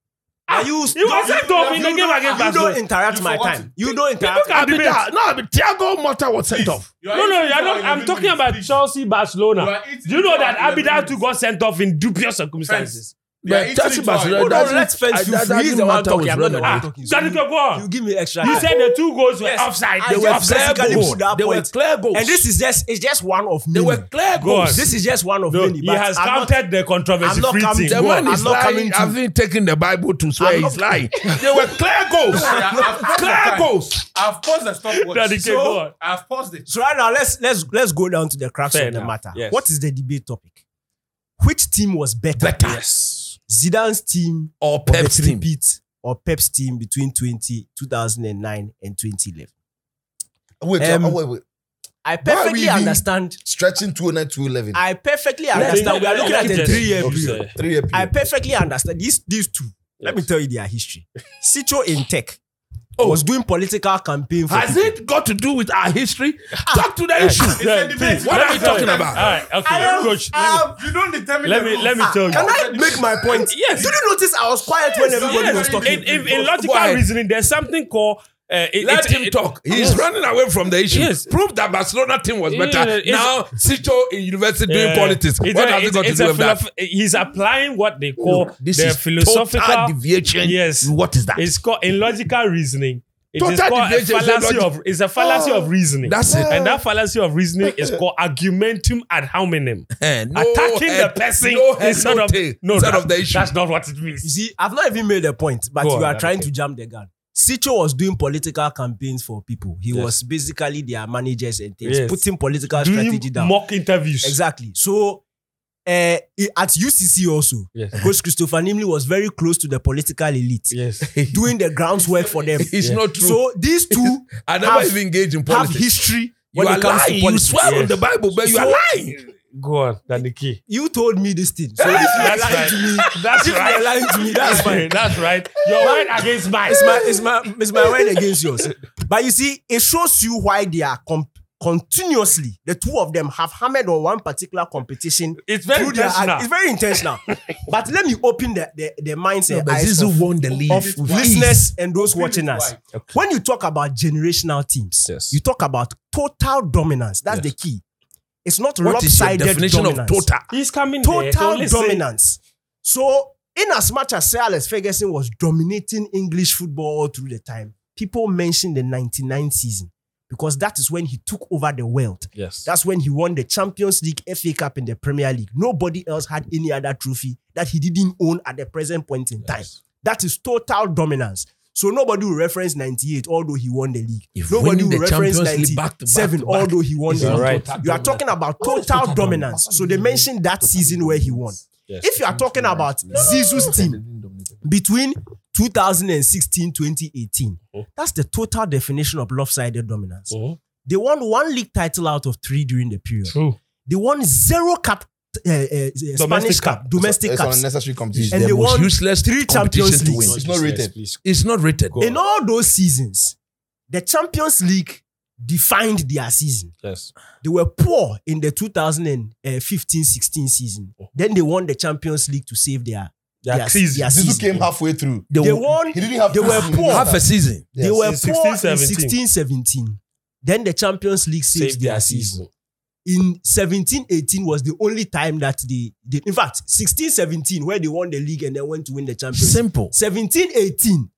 Are you
He wasn't top in the game against
You don't
Barcelona.
interact my
forgot
time. You don't interact.
People can debate.
Ah, No, but Thiago Mota was sent off.
You
No,
are
no,
eating
I
four
don't,
in
I'm
eleven
talking
minutes.
about Chelsea,
You
Barcelona.
are eating
Do you know
four
that
in eleven
Abidal too
minutes.
got sent off in dubious circumstances?
You are
But Chelsea
eating four in
Barcelona
eleven
Hold on,
doesn't-
let's fence you
that- that
free.
doesn't
The one
matter
talking. I'm not
what's
the
relevant.
one
Ah,
talking. So
Sadiq,
you-
go on.
You give me extra.
You
time.
said the two goals were
Yes,
offside.
I
They were
just
offside.
physically
goals.
pushed that
They were
point.
clear goals.
And this is just it's just one of
They
many.
were clear
Go on.
goals.
This is just one of
No,
many.
he
but
has
I'm not-
counted the controversy
I'm not
free
com-
thing.
The
Go
Go
on.
man
on.
is
I'm not
lying.
coming to-
I've been taking the Bible to swear.
I'm
He's
not-
lying. They were clear goals.
I've paused the
clear
time.
goals.
I've paused the stopwatch.
Daddy, go on.
I've paused it.
So right now, let's let's let's go down to the crux
Fair
of the
enough.
matter.
Yes.
What is the debate topic? Which team was better?
Better.
Zidane's team
Or
or
Pep's
the
team.
repeat or Pep's team between 20, 2009 and 2011?
Wait,
Um,
uh, wait, wait.
I
Why are we
perfectly
even-
understand.
Stretching 209, 211.
I perfectly
I think-
understand. We are looking
I
at
think
a
there's-
three-year
there's
period.
a-
Three year
I
period.
perfectly understand these these two. Let me
Yes. Oh.
tell you their history. Sitcho in tech was doing political campaign for
Has
people.
it got to do with our history?
Ah.
Talk to the issue.
Yeah,
It's a debate.
please.
What
Let
are
me
we
tell
talking
you.
about?
All right,
I
okay,
don't-
coach.
I
let me-
don't-
You don't determine
Let
the
me
rules.
let me tell
Can
you.
I make my point?
Yes.
Did you notice I was quiet when everybody
Yes.
was talking?
In, in, in logical
Why?
reasoning, there's something called. Uh, it,
Let
it-
him
it-
talk. He's running away from the issue.
Yes.
Prove that Barcelona team was
Yeah,
better.
it's-
now, Sito in university
Yeah.
doing politics.
It's
what
a-
has it
it's-
got to
it's
do
a
with that?
philosoph- He's applying what they call
This
the
is
philosophical
total deviation.
Yes.
What is that?
It's called in logical reasoning. It is
Total
called a
deviation is a
fallacy
logic-
of it's a fallacy of reasoning.
That's it.
And that fallacy of reasoning is called argumentum ad hominem.
Eh, no
Attacking
head-
the person
no head,
instead
no
of
tail,
no,
instead
that-
of the issue.
That's not what it
You
means.
see, I've not even made a point, but
Go
you
on,
are
that's
trying
okay.
to jam the gun. Sitcho was doing political campaigns for people. He was basically their managers and things,
Yes.
putting political
Doing
strategy down.
mock interviews.
Exactly. So uh, at UCC also,
Yes.
Coach Christopher Nimley was very close to the political elite,
Yes.
doing the groundwork for them.
It's not true.
So these two
I never
have,
even engage in
have
politics.
history
you
when
are
it comes
lying.
to
You
politics.
swear on
Yes.
the Bible, but you are lying.
Go on, Danny Key.
You told me this thing. So if you're
That's
lying
right.
to me,
That's
if you're
right.
lying to me, that's fine.
That's right. Your word against mine.
it's my it's my it's my word against yours. But you see, it shows you why they are com- continuously the two of them have hammered on one particular competition.
It's very
through their-
intentional.
it's very intentional. but let me open the the, the minds and eyes of,
won the league.
of listeners and those watching
it
us.
wide.
When you talk about generational teams,
Yes.
you talk about total dominance. That's the key. It's not
What is your
lopsided
definition
dominance
of total?
He's coming there. so
total
listen.
dominance. So, in as much as Sir Alex Ferguson was dominating English football all through the time, people mention the 99 season because that is when he took over the world.
Yes.
That's when he won the Champions League, FA Cup, and the Premier League. Nobody else had any other trophy that he didn't own at the present point in time. That is total dominance. So nobody will reference 98, although he won the league.
If
nobody
winning the
will reference
Champions
97,
League back to back to back
although he won
is
the
not
league.
total
You are
dominance.
talking about total dominance. So they mentioned that season where he won. If you are talking about Zizou's team between 2016 2018,
Oh.
that's the total definition of lopsided dominance.
Oh,
They won one league title out of three during the period.
True.
They won zero cup, uh, uh, uh, Spanish cup,
cup.
domestic
It's
cups.
an unnecessary competition.
And
the
they
most
won
useless
three
competition
Champions
to
Leagues.
win.
It's not rated.
It's not rated.
Go on.
In all those seasons, the Champions League defined their season.
Yes.
They were poor in the 2015-16 season. Then they won the Champions League to save their
Their season.
their
Zizou
season.
came halfway through.
They,
They
won.
He didn't have
They
two
were
seasons.
poor.
Half a season.
They
Yes.
were
In
poor
16-17.
in 16-17. Then the Champions League saved
Save
their season. in 17 18 was the only time that they, they in fact 16 17 where they won the league and then went to win the championship
Simple.
17 18
It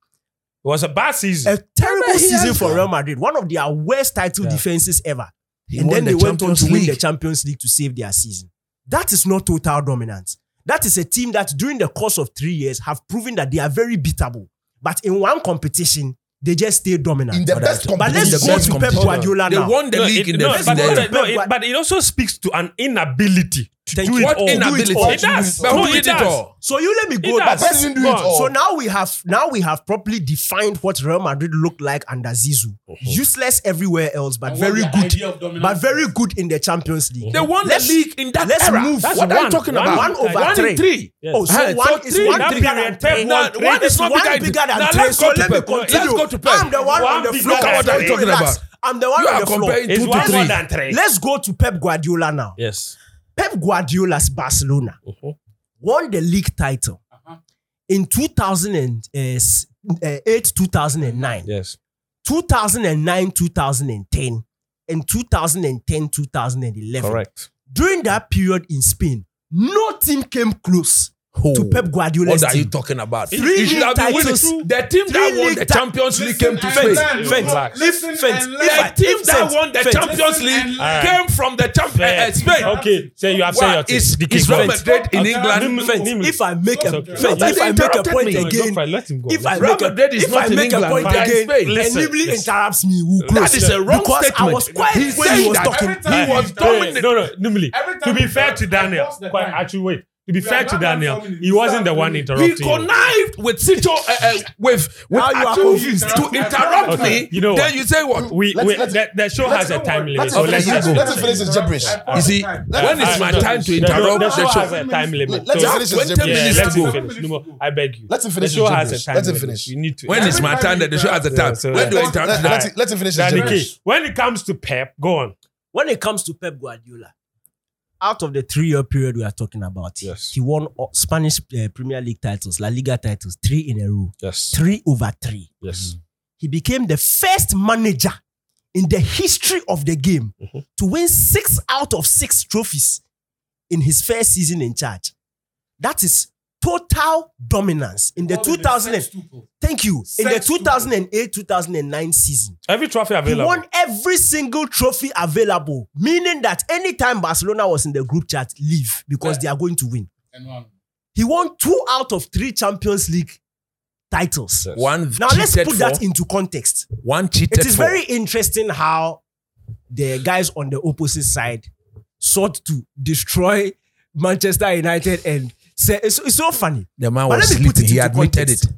was a bad season.
a terrible
he
season
has-
for Real Madrid one of their worst title defenses ever
He
and
won
then
the
they went on
Champions
to win the
League.
Champions League to save their season that is not total dominance that is a team that during the course of 3 years have proven that they are very beatable but in one competition they just stay dominant
In the
But
best
that's-
but let's
competition.
in the
go
best
to Pep
competition.
Guardiola
They
now
won the
Ah, No,
league
it-
in the
no,
first
but,
in the-
but- no, it, but it also speaks to an inability to
Thank
do
you. Oh,
it
What
all.
inability?
It does.
But
no,
who
it
did it
does.
all?
so you let me go
It
back.
does.
Pep didn't do it
Go on.
all.
So now we have now we have properly defined what Real Madrid looked like under Zizou. Useless everywhere else, but
And what
very
Uh-huh. their
good.
idea of dominance
But very good in the Champions League.
They won
Let's-
the league in that
let's
era.
move.
That's
That's what I'm
one.
talking
One
about.
one over
in
three.
three.
Yes.
Oh, so
Hey,
one
so
is
three,
one
that
bigger than
period, Pep
No,
won three.
one is
It's not
one
bigger
bigger
than-
than
Now,
three.
let's
So
go to
let me
Pep. Let's
continue.
go to Pep.
I'm the one,
One
on the
bigger
floor.
than three.
Relax.
What are you
talking
Relax.
about?
I'm the one
You
on
are
the
comparing
floor.
It's
two
one
to
more
three.
than three.
Let's go to Pep Guardiola now.
Yes. Uh-huh.
Pep Guardiola's Barcelona won the league title. in eh, 2008, 2009,
Yes.
2009, 2010, and 2010, 2011.
Correct.
During that period in Spain, no team came close to Pep Guardiola's
Oh. What are you
team.
talking about?
Three
It should
league
have been winning.
titles.
The team
Three
that won
league
the
ti-
Champions League came to
and
Spain.
learn.
Fent,
Look, Listen
Fent,
and
The
learn.
Fent.
team that
Fent,
won the
Fent.
Champions League
Fent.
came from the champion uh, Spain.
Okay. So you have said
Why
your thing.
is,
The
is
king. Fent.
Real Madrid in
Okay.
England?
Nimble, Fent. Nimble.
If I make a,
Okay.
Fent,
No,
if I make a
interrupted
point
me.
again,
Don't fight, let him go.
if I
Real
make a,
Madrid is
if
not
I
in
make
England,
a point
they are in
again,
Spain.
and
Listen,
Nibli
listen.
interrupts me, we'll close.
That is a wrong
because I was
statement.
quiet
He's
when
saying
he was
that
talking.
every
He
time
was dominant. No, no, Nimli.
Every
To
time
be
he
fair
does,
to
he
Daniel,
lost the
quite
time.
actually wait. To be
We
fair
are
to
not done
Daniel,
filming.
he wasn't the one
He
interrupting.
He
you.
connived with Sito, uh, uh, with, with
Now you are
Achu
confused.
to interrupt
Okay,
me.
you know
then
what?
you say what?
We,
Let's-
we
let's-
the, the show has
let's
a
go.
time limit,
Let's
so
go.
let's
Let's
go.
go. finish his gibberish.
You see, when is my
No,
time to
no, no, the
interrupt the
show has
show?
a time limit.
Let's
so-
finish his
When
gibberish.
ten minutes
yeah, let
to
him
go.
finish. No, I beg you.
Let him finish
The show
his
has a
gibberish.
time
Let him
limit.
finish.
We need to.
When is my time that the show has a time?
so-
When do I
Let-
interrupt?
let- Let him- let him finish his
Danny
gibberish.
K, when it comes to Pep, go on.
When it comes to Pep Guardiola, out of the three-year period we are talking about,
Yes.
he won all Spanish uh, Premier League titles, La Liga titles, three in a row,
Yes.
three over three.
Yes.
He became the first manager in the history of the game
Mm-hmm.
to win six out of six trophies in his first season in charge. That is total dominance in the 2000. and- Thank you. In the
Sex people.
2008 2009 season,
Every trophy
he
available.
won every single trophy available, meaning that anytime Barcelona was in the group chat, leave because they are going to win. He won two out of three Champions League titles.
One
Now let's
cheated
put that
for,
into context.
one cheated
It is
for.
very interesting how the guys on the opposite side sought to destroy Manchester United and say it's, it's so funny.
The man
But
was
let me put
sleeping.
it
He
into
admitted
context.
it.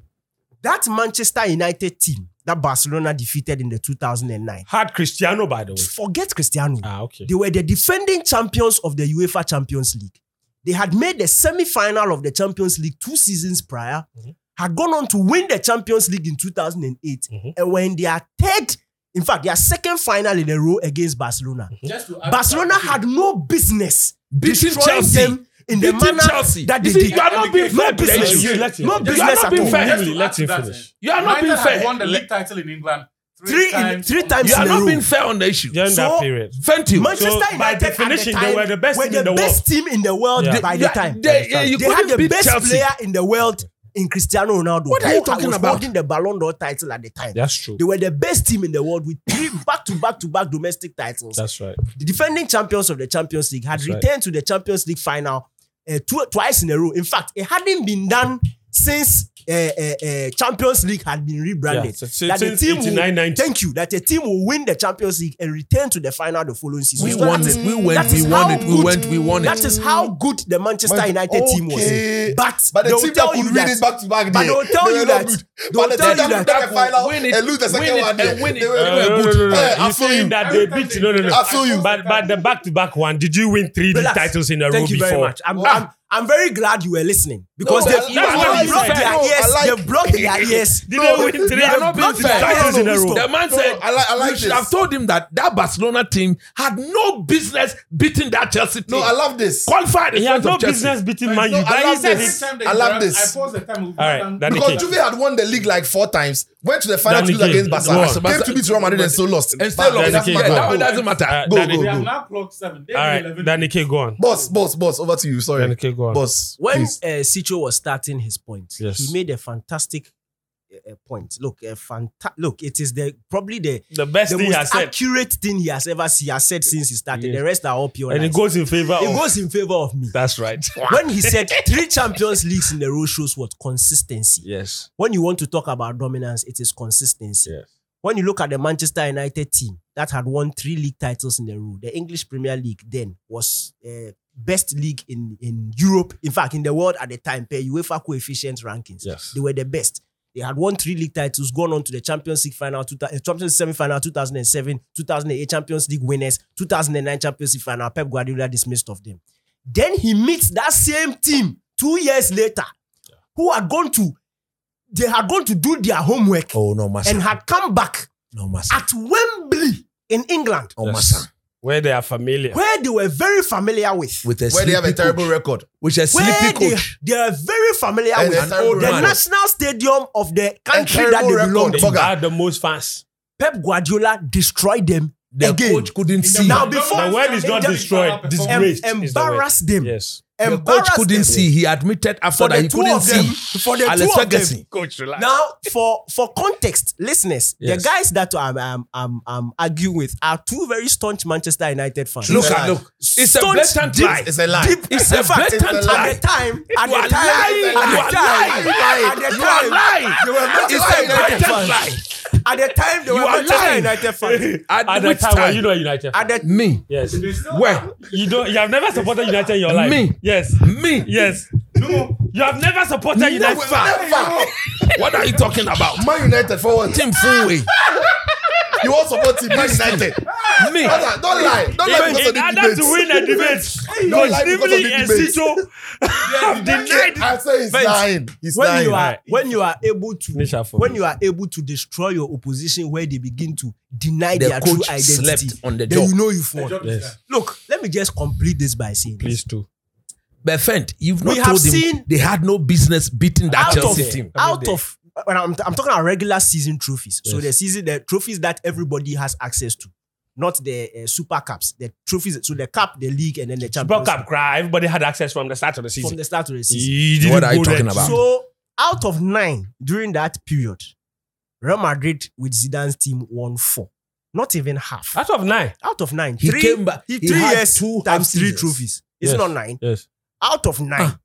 That Manchester United team that Barcelona defeated in the 2009,
Had Cristiano, by the way.
forget Cristiano.
Ah, okay.
They were the defending champions of the UEFA Champions League. They had made the semi-final of the Champions League two seasons prior,
Mm-hmm.
had gone on to win the Champions League in 2008,
Mm-hmm.
and when they are third, in fact, their second final in a row against Barcelona.
Mm-hmm.
Barcelona had no business
Beating
destroying
Chelsea.
them in the
Beating
manner
Chelsea.
that they
You see,
did.
you are not being
no
fair to the
business.
issue. Let him-
no
you are
business
not
at
being
all.
fair.
Just to
Let
add to
him
that,
finish.
eh,
You are not
United
being
had
fair.
won the league title in England
Three,
three
in,
times.
three times
You are
in a
not
row.
being fair on the issue.
During
So-
that period.
Thank you.
Manchester
So, by
United at the
definition, they
time
were the best
were
team in the
best team in the world
Yeah.
by
Yeah,
the time.
they- yeah, you
They had
couldn't
the
beat
best
Chelsea.
player in the world in Cristiano Ronaldo. What
are you talking
was
about?
Holding the Ballon d'Or title at the time.
That's true.
They were the best team in the world with three back-to-back-to-back domestic titles.
That's right.
the defending champions of the Champions League had
That's right.
returned to the Champions League final uh, tw- twice in a row. In fact, it hadn't been done since uh, uh, uh, Champions League had been rebranded.
Yeah, so- so
that the
since
team will,
89-90.
thank you. That the team will win the Champions League and return to the final the following season.
We
So
won
that
it.
is-
We went.
that
We
is how
won it. We
good-
went. We won
That
it.
is how good the Manchester United team was.
Okay.
But,
But
they
the
will
team
tell
that
you
could
that-
win it back to back,
but
they-
they'll tell
they
you
were
that-
not good.
they'll
But the
tell
team
you
that
that-
could the final
win it,
and lose the
win
second
it,
one,
and win
they
it.
were-
No,
they
no,
were
no, no,
good.
no.
Eh, I
You're
feel
saying
you.
that they beat no, no, no.
I feel you.
But but the back to back one, did you win three league
Relax.
titles in a row
Thank you
before?
very much. I'm, I'm, I'm very glad you were listening because
No,
they,
I-
they,
Ah. that's what
have
you
blocked
said.
their
No, I
ears.
like-
They've blocked their ears.
Did they win three
you are not being
league
fair.
titles in a row?
The man said,
I like- I like
"You should
this.
have told him that that Barcelona team had no business beating that Chelsea team.
No, I love this.
qualified.
He
in
had
front
no
of Chelsea.
business beating Man
No,
U.
I
But he
love
said
this.
he-
I love this.
I pause the time. we've
All right,
done-
Danny
Because
K.
Juve had won the league like four times, went to the final
Danny
to lose
K,
against Barca,
go
on.
came to beat Real Madrid and still lost.
and still
But
lost.
Danny
it doesn't
Yeah,
King.
matter.
that one doesn't matter.
Uh,
Go,
Danny-
go,
We
go.
have now clocked seven. They
All
have
right,
11.
Danny K, go on.
Boss, boss, boss, over to you. Sorry.
Danny K, go on.
Boss,
when
please.
uh, Sicho was starting his point,
Yes.
he made a fantastic uh, uh, point. Look, a fanta- look, it is the probably the
The best
the
thing he
most
has said,
accurate thing he has ever he has said since he started.
Yeah.
The rest are all pure.
and it
lies.
goes in favor
It
of.
goes in favor of me.
That's right.
when he said three Champions Leagues in a row shows what consistency.
Yes.
When you want to talk about dominance, it is consistency.
Yes.
When you look at the Manchester United team that had won three league titles in a row, the English Premier League then was uh, best league in, in Europe, in fact, in the world at the time, per UEFA coefficient rankings.
Yes.
They were the best. They had won three league titles, gone on to the Champions League final, two, uh, Champions League semifinal 2007, 2008 Champions League winners, 2009 Champions League final. Pep Guardiola dismissed of them. Then he meets that same team two years later, who had gone to, they had gone to do their homework
Oh no, Massa.
and had come back
no, Massa.
at Wembley in England
No, Massa.
where they are familiar.
where they were very familiar with.
with a
Where they have a
sleepy
terrible
coach.
record.
with a
where
sleepy
they,
coach.
they are very familiar
And
with
a terrible
the
record.
national stadium of the country that
terrible
they
record.
belong
They
to.
Bugger.
had the most fans.
Pep Guardiola destroyed them
The
again.
coach couldn't see.
Now
The
before
The word is not
Em-
destroyed.
em-
Disgraced.
em-
is the word.
embarrass them.
Yes.
the coach
embarrassed
couldn't
them.
see. He admitted after
For
that
the
he
two
couldn't
of them,
see.
for the
Alex
two of them,
Ferguson.
Coach, relax.
Now, for for context, listeners,
Yes.
the guys that I'm, I'm I'm I'm arguing with are two very staunch Manchester United fans.
Look
It's a
at
lie.
look. It's a
Staunch
blatant
deep-
lie.
It's a lie.
Deep-
It's a
in fact,
blatant
it's a
lie.
at the time, at
You are
the time,
lying.
at the
You are
time, at the
You are
time,
lying.
they were
It's
Manchester
a
United
blatant
fans.
lie.
At the time, they were
You are
Manchester
lying.
United fans.
At,
at the
which
time, were you not a United. fan?
At the
me,
yes.
where
You don't. You have never supported United in your life.
Me.
Yes.
me.
Yes.
No,
You have never supported United.
Never.
What are you talking about?
Man United for what?
Tim Fooey.
You all support team Man United.
Me.
Brother, Don't lie. Don't lie
In,
because
in
of the
order
debate.
to win a debate,
Don't lie because of the
Goslively and
debate.
Sito have denied.
I say he's
Bench.
lying. He's
when
lying.
you are when you are able
Nisha
to
for
when
me.
you are able to destroy your opposition where they begin to deny
The
their true
coach
identity
slept on the
then
job.
you know you've
the
won
job is done.
look let me just complete this by saying this.
Please do.
But Fent, you've not
We have
told him
seen-
they had no business beating that
out
Chelsea
of
team.
out of when I'm, I'm talking about regular season trophies so the season the trophies that everybody has access to not the uh, super cups the trophies so the cup the league and then the
World
champions
Cup cry. Everybody had access from the start of the
from
season.
the start of the season
You didn't
What are you
go there
talking
to-
about?
So out of nine during that period, Real Madrid with Zidane's team won four. Not even half.
Out of nine.
Out of nine.
He
three,
came back. He
three
had
years
two half
times three
seasons.
trophies. It's
Yes.
not nine.
Yes.
Out of nine,
Ah.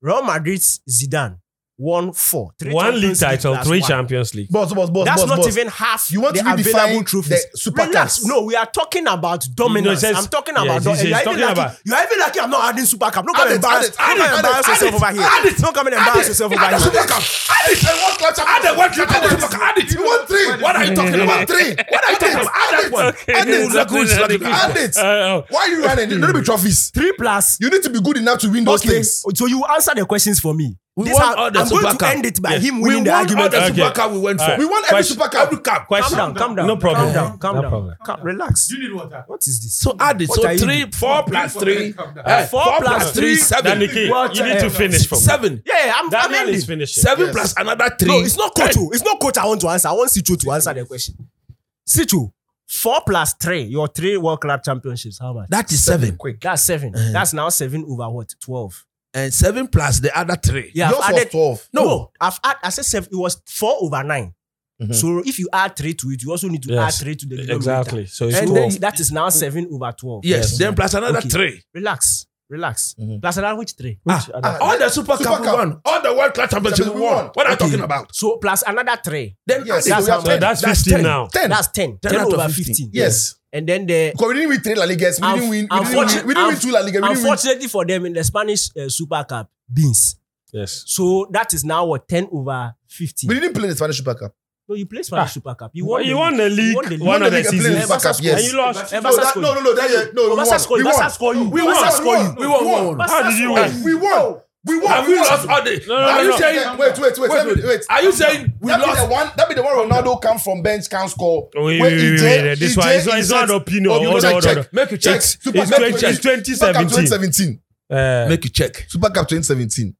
Real Madrid's Zidane won four. Three
One league
Champions
title,
plus
three
one.
Champions League.
boss, boss, boss,
That's
boss,
not
boss.
even half.
You want
the
to be
available
defining
trophies.
the super
Relax.
cups.
No, we are talking about dominance.
says-
I'm talking
yeah,
about
he says
dominance. You are
talking
even
about-
lucky. You are even lucky. I'm not adding super cup. Don't
Add
come
it,
and embarrass.
add it, add
Don't come
it,
and
add
embarrass
it,
yourself over here. Don't come and embarrass yourself over here.
Add the work. Add it. You want three? What are you talking about? Three. What are you talking about? Add it. Add
You
it.
look good, Sluggy.
Add it.
Uh, oh.
Why are you running? There don't be trophies.
Three plus
You need to be good enough to win those
Okay,
things.
so you answer the questions for me.
We
This
want
how-
all the
I'm going
Super
to
Cup.
end it by
Yes.
him
We
winning the
won all
argument.
the
Okay.
Super Cup we went for.
All right.
We want every
Question-
super cup.
Calm
Question.
down, calm down.
No problem.
Calm down, calm
No
down.
problem.
Calm- relax.
you need water.
What is this?
So add it.
What are
So
you
three,
doing?
four plus three.
Calm down.
eh,
Four
Four
plus
plus three,
three.
seven.
Danny K, you need to finish from
Seven.
Yeah, I'm, I'm
Daniel
ending.
is finishing.
Seven plus another three.
No, it's not coach. oh. It's not coach. I want to answer. I want Situ to answer the question. Situ, four plus three. Your three World Club Championships. How much? Uh-huh.
That is seven.
Quick. That's 7 That's now seven over what? Twelve.
And seven plus the other three.
Yeah,
Yours
I've
was
added.
twelve.
No, I've added. I said seven. It was four over 9 So if you add three to it, you also need to
Yes.
add three to the denominator.
Exactly. So it's
and
cool.
then that is now seven over twelve.
Yes. Then plus another
Okay.
three.
Relax, relax. Plus another which three?
Ah,
All the Super
Super
Cup we
Cup.
won. All the World Cup Championship we
Championship we
won.
won.
What are you talking about?
So plus another three.
Then
Yes,
add it.
so we have
So
ten.
that's
That's
15
ten.
now.
Ten.
That's ten. Ten,
out of
over
15.
fifteen.
Yes.
And then the
Because we didn't win three La Ligas. We didn't win. We didn't win. We didn't win two La Ligas. We didn't win.
unfortunately for them in the Spanish uh, Super Cup, beans.
Yes.
So that is now what ten over fifteen.
We didn't play the Spanish Super Cup.
No, you play
Ah.
Spanish Super Cup. You won.
You won the league.
won the league.
One
You won
of
the
the
league and played
seasons.
Super Cup, yes.
And you lost.
Ever
No, that,
scored
no,
you.
no, no. That year, no. We
Obasa
won.
scored
We
you. Obasa
won.
scored you.
We
Obasa
won.
scored you.
We
We won.
won.
We won.
Obasa
How did you
scored
win?
We won. We won.
Have we lost all the?
no,
Are
no,
you
no.
saying?
Wait, wait, wait,
Wait,
wait,
wait.
wait.
Are you saying we
That be the
lost?
one. That be the one Ronaldo come from bench, can score.
Wait,
Where
wait,
he
wait,
jet-
wait. This
he
one
jet
is not- it's
inside-
not an opinion.
Oh, you
Hold on,
check,
hold on,
check.
hold on.
Make you check.
Check.
Make
Super
it's
Cup
20 it's 2017.
2017.
Uh,
you check.
Super Cup 2017.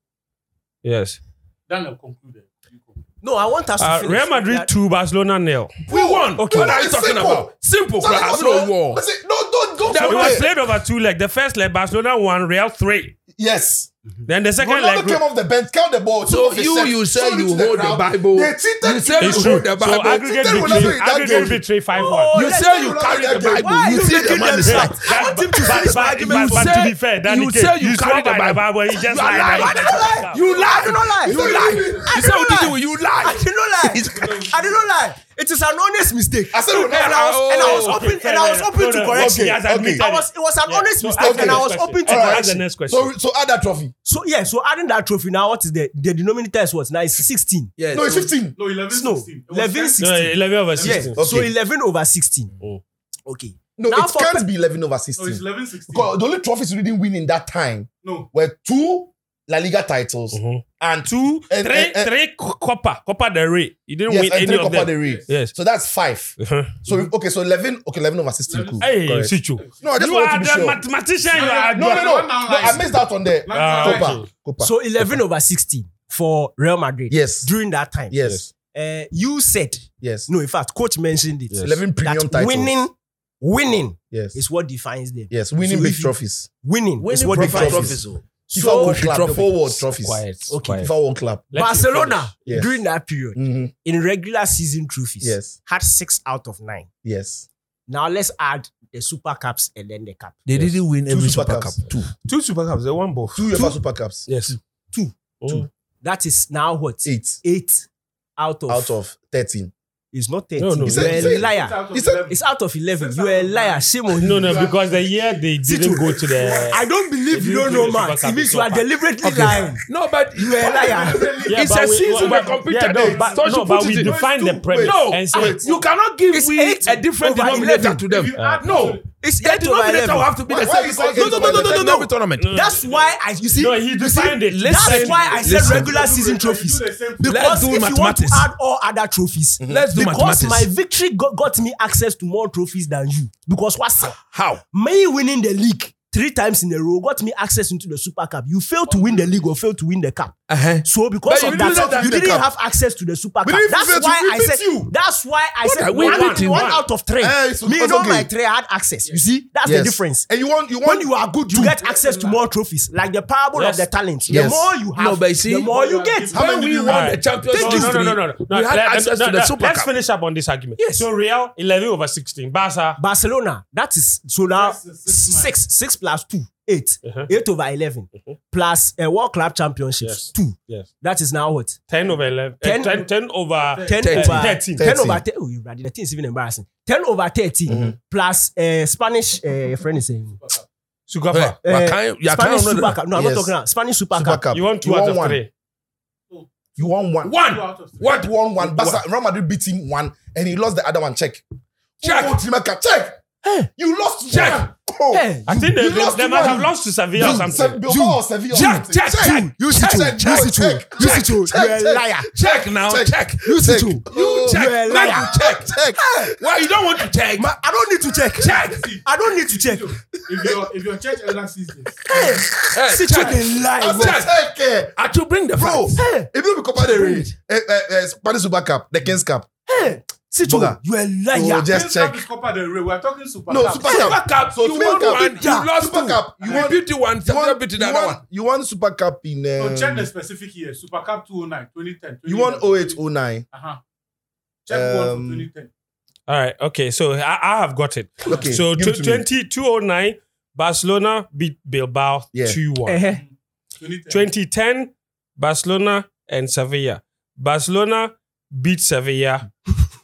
yes.
Daniel concluded. You conclude.
No, I want us to
Uh,
finish.
Real Madrid
That-
two, Barcelona nil.
We won.
Okay.
What are
It's
you talking
simple.
about? Simple.
Sorry,
crap.
what's
We don't
wrong?
won.
I said, No, don't go
It
for
was
it.
played over two legs. The first leg, Barcelona one, Real three.
Yes.
Then the second
Ronaldo
leg,
came off the bench, count the ball. took
So
off his
you
shirt,
you say
showed it
you
to the
hold the
crowd.
Bible.
They cheated
You say
you.
you
It's true.
hold the
So
Bible.
aggregate
Today Ronaldo
victory,
in that
aggregate
game.
victory five
Oh,
one.
You
let's
say
do
you
Ronaldo
carry
that
the
game.
Bible.
Why
You
you
see the
making
man
them
is
sad?
right.
I want him to finish my
But, but,
argument.
but to be fair, Danny
you
K,
say you
you
carry
swore by
the
the
Bible.
Bible. He just
You are lying.
lied.
I
You
I did
lie.
not lie.
You lie.
I
You
did
say
not
you did
lie.
it. You lie.
I did not lie. I did not lie. It is an honest mistake.
I said,
and I was and I was
Oh,
open
okay,
and I was
fair,
open
fair.
to correction.
He has
Okay,
admitted
I
it.
was it was an
Yeah,
honest
so
mistake
ask the
and I
next
was
question.
open to
All right, ask the
correction.
next question.
So, so add that trophy.
So yeah, so adding that trophy now, what is the the denominator is what now? It's sixteen.
Yes.
No, it's 15.
No, 11
No,
16. It was
11
10.
16.
No, 11 over 16.
Yeah. So eleven over sixteen.
Oh.
Okay.
No,
Now
it
for-
can't be 11 over
No, it's
16.
11 16.
Because the only trophies we didn't win in that time
No.
were two La Liga titles
Uh-huh.
Mm-hmm.
and
Two, three,
And-
three
and- and-
Copa, Copa del Rey. You didn't
yes,
win
and
any
three
of
Copa
them.
del Rey.
Yes.
So that's five. So we- okay, so eleven. Okay, eleven over sixteen. Cool.
Hey,
Correct.
Sichu.
No, I just
you
wanted to
are
be
the
sure.
mathematician. You
No,
are
No, no,
You
no.
are
no
now
I
lies.
missed out on the
Ah,
Like,
Copa. Copa.
So 11 over 16 for Real Madrid.
Yes.
During that time.
yes,
Uh, you said,
yes.
no, in fact, coach mentioned it.
Yes. 11 premium
that
titles.
Winning, winning
Yes.
is what defines them.
Yes, winning
So
big
if you-
trophies.
Winning, is what
big
defines
trophies.
trophies.
FIFA World
So
Club, the four world trophies.
Okay.
FIFA World Club.
Let him
Barcelona,
Yes.
during that period,
hmm
in regular season trophies,
Yes,
had six out of nine.
yes.
Now let's add the Super Cups and then the Cup.
They didn't win
Two
every
Super
Super,
Cups.
Cup. Two.
Two Super Cups, they won both.
Two UEFA Super Cups.
Yes.
Two.
Two.
That is now what?
Eight
Eight out of.
out of thirteen.
It's not 13.
No, no.
It's
You're
a- it's a-
a liar.
out of
It's a-
11.
It's out of 11.
It's
You're a
out of
liar.
nine.
Shame on
No,
you.
no, because the year they didn't go to the.
I don't believe
If
you
you
don't
do
know
the
maths.
Super
It
Cup,
means
it's
you are
not bad.
deliberately lying.
No, but
You are a liar.
Yeah,
it's
but
a
we-
season
but-
the computer
yeah, no,
did.
but,
So she
no,
put
but
it
we
in.
define the
Wait,
premise
No,
and say
you cannot give
It's
me
eight
a different
over
denominator
11.
to them.
If you add
no,
It's
the
8 over
denominator will
11.
have to be
Why-
the
why
same.
you say
No,
eight
no,
over
no, no, no,
11?
no, every tournament.
That's why I, you see,
Mm. No, he
you
defined
see,
it.
That's
Listen,
why I said
listen.
regular season trophies.
You do the same thing.
Because
do
if you want to
mathematics.
add all other trophies,
Let's do
because
mathematics.
my victory got, got me access to more trophies than you. Because what's up?
How?
Me winning the league three times in a row got me access into the Super Cup. You failed to win the league or failed to win the cup.
Uh-huh.
So because of
But you
that,
didn't have that
you
in the
didn't
cup.
have access to the Super Cup.
didn't
That's
fail to
why I
repeat
said.
you.
That's why I said
we
one,
beat you.
one out of three.
Eh, it's-
me
it's
know
okay.
my three had access. You see, that's
Yes.
the difference.
And you want you
When
want
you are good, you get access to more trophies, like the parable
Yes.
of the talent.
Yes.
The more you have,
No, but you see-
the more you get.
How many do you
won
want?
the Champions
No,
League,
no, no, no, no, no.
we had
Let-
access
no,
to the
no,
Super
Let's
Cup.
finish up on this argument.
Yes.
So Real 11 over 16. Barca.
Barcelona, that is so now
Six,
six
six, nine.
six, plus two, eight.
Uh-huh.
Eight over 11 plus a World Club Championships
Yes.
two.
Yes.
That is now what
10 over 11. eh,
10
10, 10 over
ten
Thirteen.
over
Thirteen.
ten
Thirteen.
over ten. Oh, you bloody- the thing is even embarrassing. Ten over 13 plus uh, Spanish. Uh, your friend is saying
Super
Hey,
Cup.
Eh,
but can you- you
Spanish
can't-
Super Cup. No, I'm
Yes.
not talking about Spanish Super,
Super
Cup.
Cup.
You want two out
want
of
one.
three.
You want one.
Two
One.
out of three.
What won one? Barca, Real Madrid beat him one, and he lost the other one. Check.
Check.
Oh, Trinidad, check. You lost
Check.
one. Oh.
Hey,
I think they,
You
they,
lost
they
two
must
one.
have lost to Sevilla or
You, Se-
something.
Bilbao or Sevilla or
Check,
something.
check, check.
you
Check,
see two,
check,
you see
check,
two,
check,
you see two.
check,
You're a
check.
liar.
Check now.
Check.
Check.
You see
Check.
two.
You
You're
check.
a liar.
Check, check.
Why you don't want to check?
Ma- I don't need to check.
Check.
I don't need to check.
If your if your church ever sees this,
Hey,
Sit
check.
the
I
lie.
said, check. eh.
I should bring the
Bro,
facts.
if you be Copa del Rey, eh, eh, eh, Spanish Super Cup, the Kings Cup,
Sit
Boga.
You're a
oh,
liar.
Cup
just check.
is Copa del Rey. We are talking Super
No,
Cup.
Super
Super
Cup.
Cup.
So
you
Super
won
Cup.
one.
Yeah.
You lost
Super
two.
Cup. You
You
won-
beat one.
You
Sevilla
want,
beat
you,
the other one.
want, you want Super Cup in.
So check the
Um,
specific year. Super oh Cup 209, 2010.
you oh want 08 09.
Uh-huh. Check one
Um,
from 2010.
All right. Okay. So I, I have got it.
Okay.
So
give it to me.
20, 209, Barcelona beat Bilbao
Yeah.
2 1.
Eh,
2010.
2010, Barcelona and Sevilla. Barcelona beat Sevilla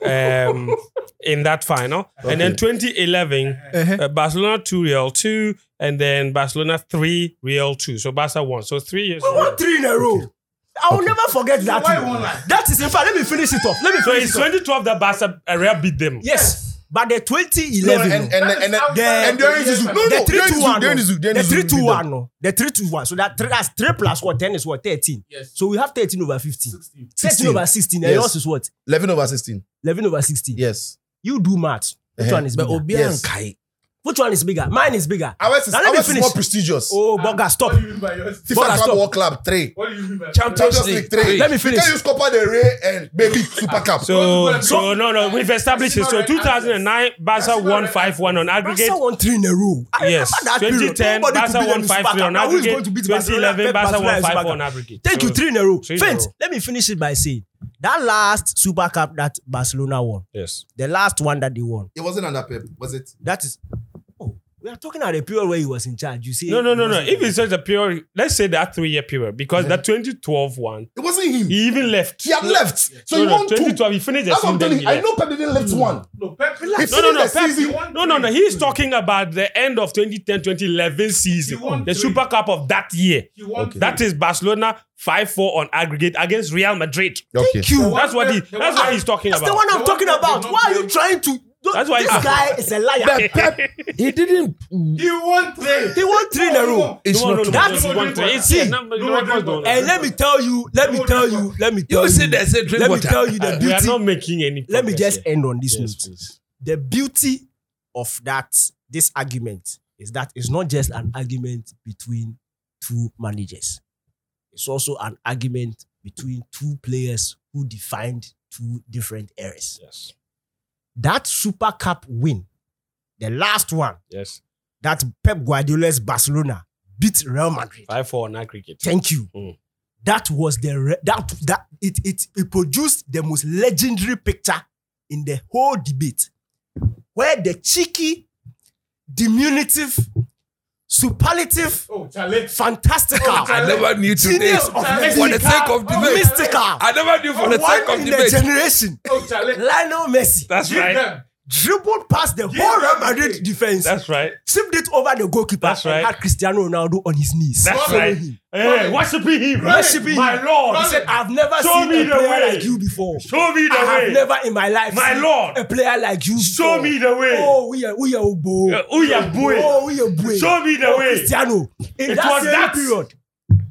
um, in that final. And then 2011,
eh.
uh, Barcelona 2, Real 2, and then Barcelona 3, Real 2. So Barca 1. So three years.
We won three in a row. I will never forget that.
why
thing.
you won't lie?
That is in fact. Let me finish it off. Let me
So
finish
it's
it off.
2012 that Barca uh, Real beat them.
Yes, but the
No,
2011.
and, and, and,
That
and,
is
outside
and during
the
Zizou.
year.
No, no,
the three
during
two
Zizou,
one.
during Zizou,
no.
during
The
Zizou
three
beat
two
them.
one. no. The three two one. So that three, that's three plus what ten is what thirteen.
Yes.
So we have thirteen over fifteen.
16.
Thirteen
16.
over sixteen. And
Yes.
yours is what
11 over 16.
eleven over sixteen.
Yes.
You do math. Which
Eh-heh.
one is
But
bigger?
Obia and
Yes.
Kai.
Which one is bigger? Mine is bigger.
Ours is,
Now let me
ours is
finish.
more prestigious.
Oh, bugger, stop.
What do you mean by yours?
FIFA
Bola,
Club
stop.
World Club 3.
What do you mean by
Champions League 3.
Let me finish.
You can use Copa del Rey and maybe Super Cup.
So,
So-
so no, no, we've established it. So
Barcelona and
2009, Barca
Barcelona
won
and
5 1 on aggregate.
Barca won three in a row. I
Yes.
remember that period.
2010,
Nobody could
Barca
beat them
won
in
5
Super
3 on
Cup. Now who is going
aggregate.
to beat Barcelona?
2011, Barca
Barcelona
won
in Super
5 1
Cup?
aggregate.
Thank you,
So-
three in a row.
Three in a
Faint,
row.
let me finish it by saying that last Super Cup that Barcelona won,
Yes.
the last one that they won,
It wasn't under Pep, was it?
that is. Oh, we are talking about a period where he was in charge. You see?
No, no,
he
no, no.
wasn't
If
there.
it's such a period, let's say that three year period, because that 2012 one,
It wasn't him.
he even left.
He had left. So
no,
you
no,
want two.
2012, he finished the
That's what
season.
I'm telling
then he
you. I
left.
know Pep didn't left one.
Hmm.
No, Pep.
Relax.
No, no, no.
finished the
Pep,
season.
won
no, no, no.
three.
He's talking about the end of 2010 2011
He
season,
won
the
three.
Super Cup of that year.
He won three.
That is Barcelona 5 4 on aggregate against Real Madrid.
Okay.
Thank you.
one
That's what he.
that- the
That's
one-
what he's talking
That's the
about.
one I'm
The
talking
one that
about.
did not
Why are
play.
you trying to Don't-
That's why-
this guy is a liar.
But Pep, he didn't.
He won three.
he won three in a row.
It's
No, no,
not.
no,
That's-
no, no, no, no, no.
See,
It's- no,
no,
records
no,
don't-
And let me tell you, let me tell you, let me tell
You
you.
see, there's a drink
let me
water.
tell you the
we are
beauty.
not making any.
let me
progress
just
here.
end on this
Yes,
note.
please.
The beauty of that this argument is that it's not just an argument between two managers. It's also an argument between two players who defined two different eras.
Yes,
That Super Cup win, the last one
yes.
that Pep Guardiola's Barcelona beat Real Madrid.
Five four on that cricket.
Thank you.
Mm.
That was the re- that that it, it it produced the most legendary picture in the whole debate, where the cheeky, diminutive, superlative,
Oh, Charlie.
fantastical,
Oh,
I never knew two
genius
days
of
for the
mythical,
sake of debate.
mystical,
I never knew for the sake
one
of
in a
debate.
generation,
Oh, Charlie.
Lionel Messi
That's
Give
right.
them.
dribbled past the whole Real Madrid defense,
That's right.
tipped it over the goalkeeper,
That's
and
right.
had Cristiano Ronaldo on his knees.
That's
Follow
right.
him.
Hey, worshiping him.
Worshiping
my
him.
Lord.
He said, I've never
Show
seen
me
a
the
player
way.
like you before.
Show me the
I
way.
have never in my life
My
seen
Lord.
a player like you.
Show
before.
me the way.
Oh, we are we are boy.
Uh, who ya boy?
Oh, we are boy.
Show me the
oh,
way.
Cristiano. In
It
that
was
same
that-
period,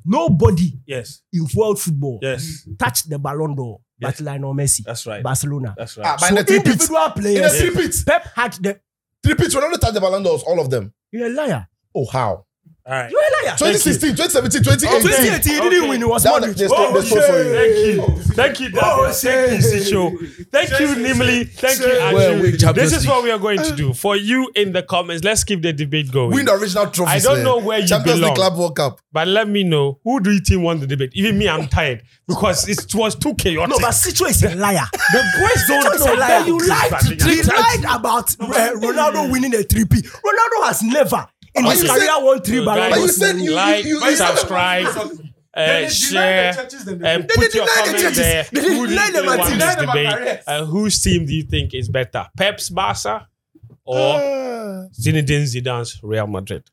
nobody
Yes,
in world football
yes.
touched the Ballon d'Or,
Yes.
but Lionel Messi,
That's right.
Barcelona.
That's right.
Ah,
so
but in the three pits,
individual
in the
players,
three pits,
Pep had the.
three pits, Ronaldo touched the Ballon d'Ors, all of them.
You're a liar.
Oh, how?
All right.
You're a liar.
2016, 2017,
Oh,
2018.
2018, he didn't
Okay.
win. It was
That
Madrid.
one, they stole- they stole for you.
Oh, Thank you. Thank you,
Oh,
Dada. Thank you, Sicho. Thank you, Nimli. Thank you,
Well, we
Andrew.
Champions
This is
League.
what we are going
Eh.
to do. For you in the comments, let's keep the debate
Win
going.
the original trophy.
I don't know where you
Champions
belong.
League Club World Cup.
But let me know who do you think won the debate? Even me, I'm tired because it was too chaotic.
No, but Sitcho is a liar.
the boys don't
Sitcho is a liar.
You lied to
He lied about uh, Ronaldo winning a 3P. Ronaldo has never in
But
his
you
career
said-
won three Ballon
But you
d'Ors.
said you- you-
like,
you- you said-
subscribe, uh, share, and
They
put
did
your
deny the
comment
judges.
there.
They did
Who do you
deny
think
them at
won
least.
this
Deny them at
debate?
careers.
And whose team do you think is better, Pep's Barca or Zinedine Zidane's Real Madrid?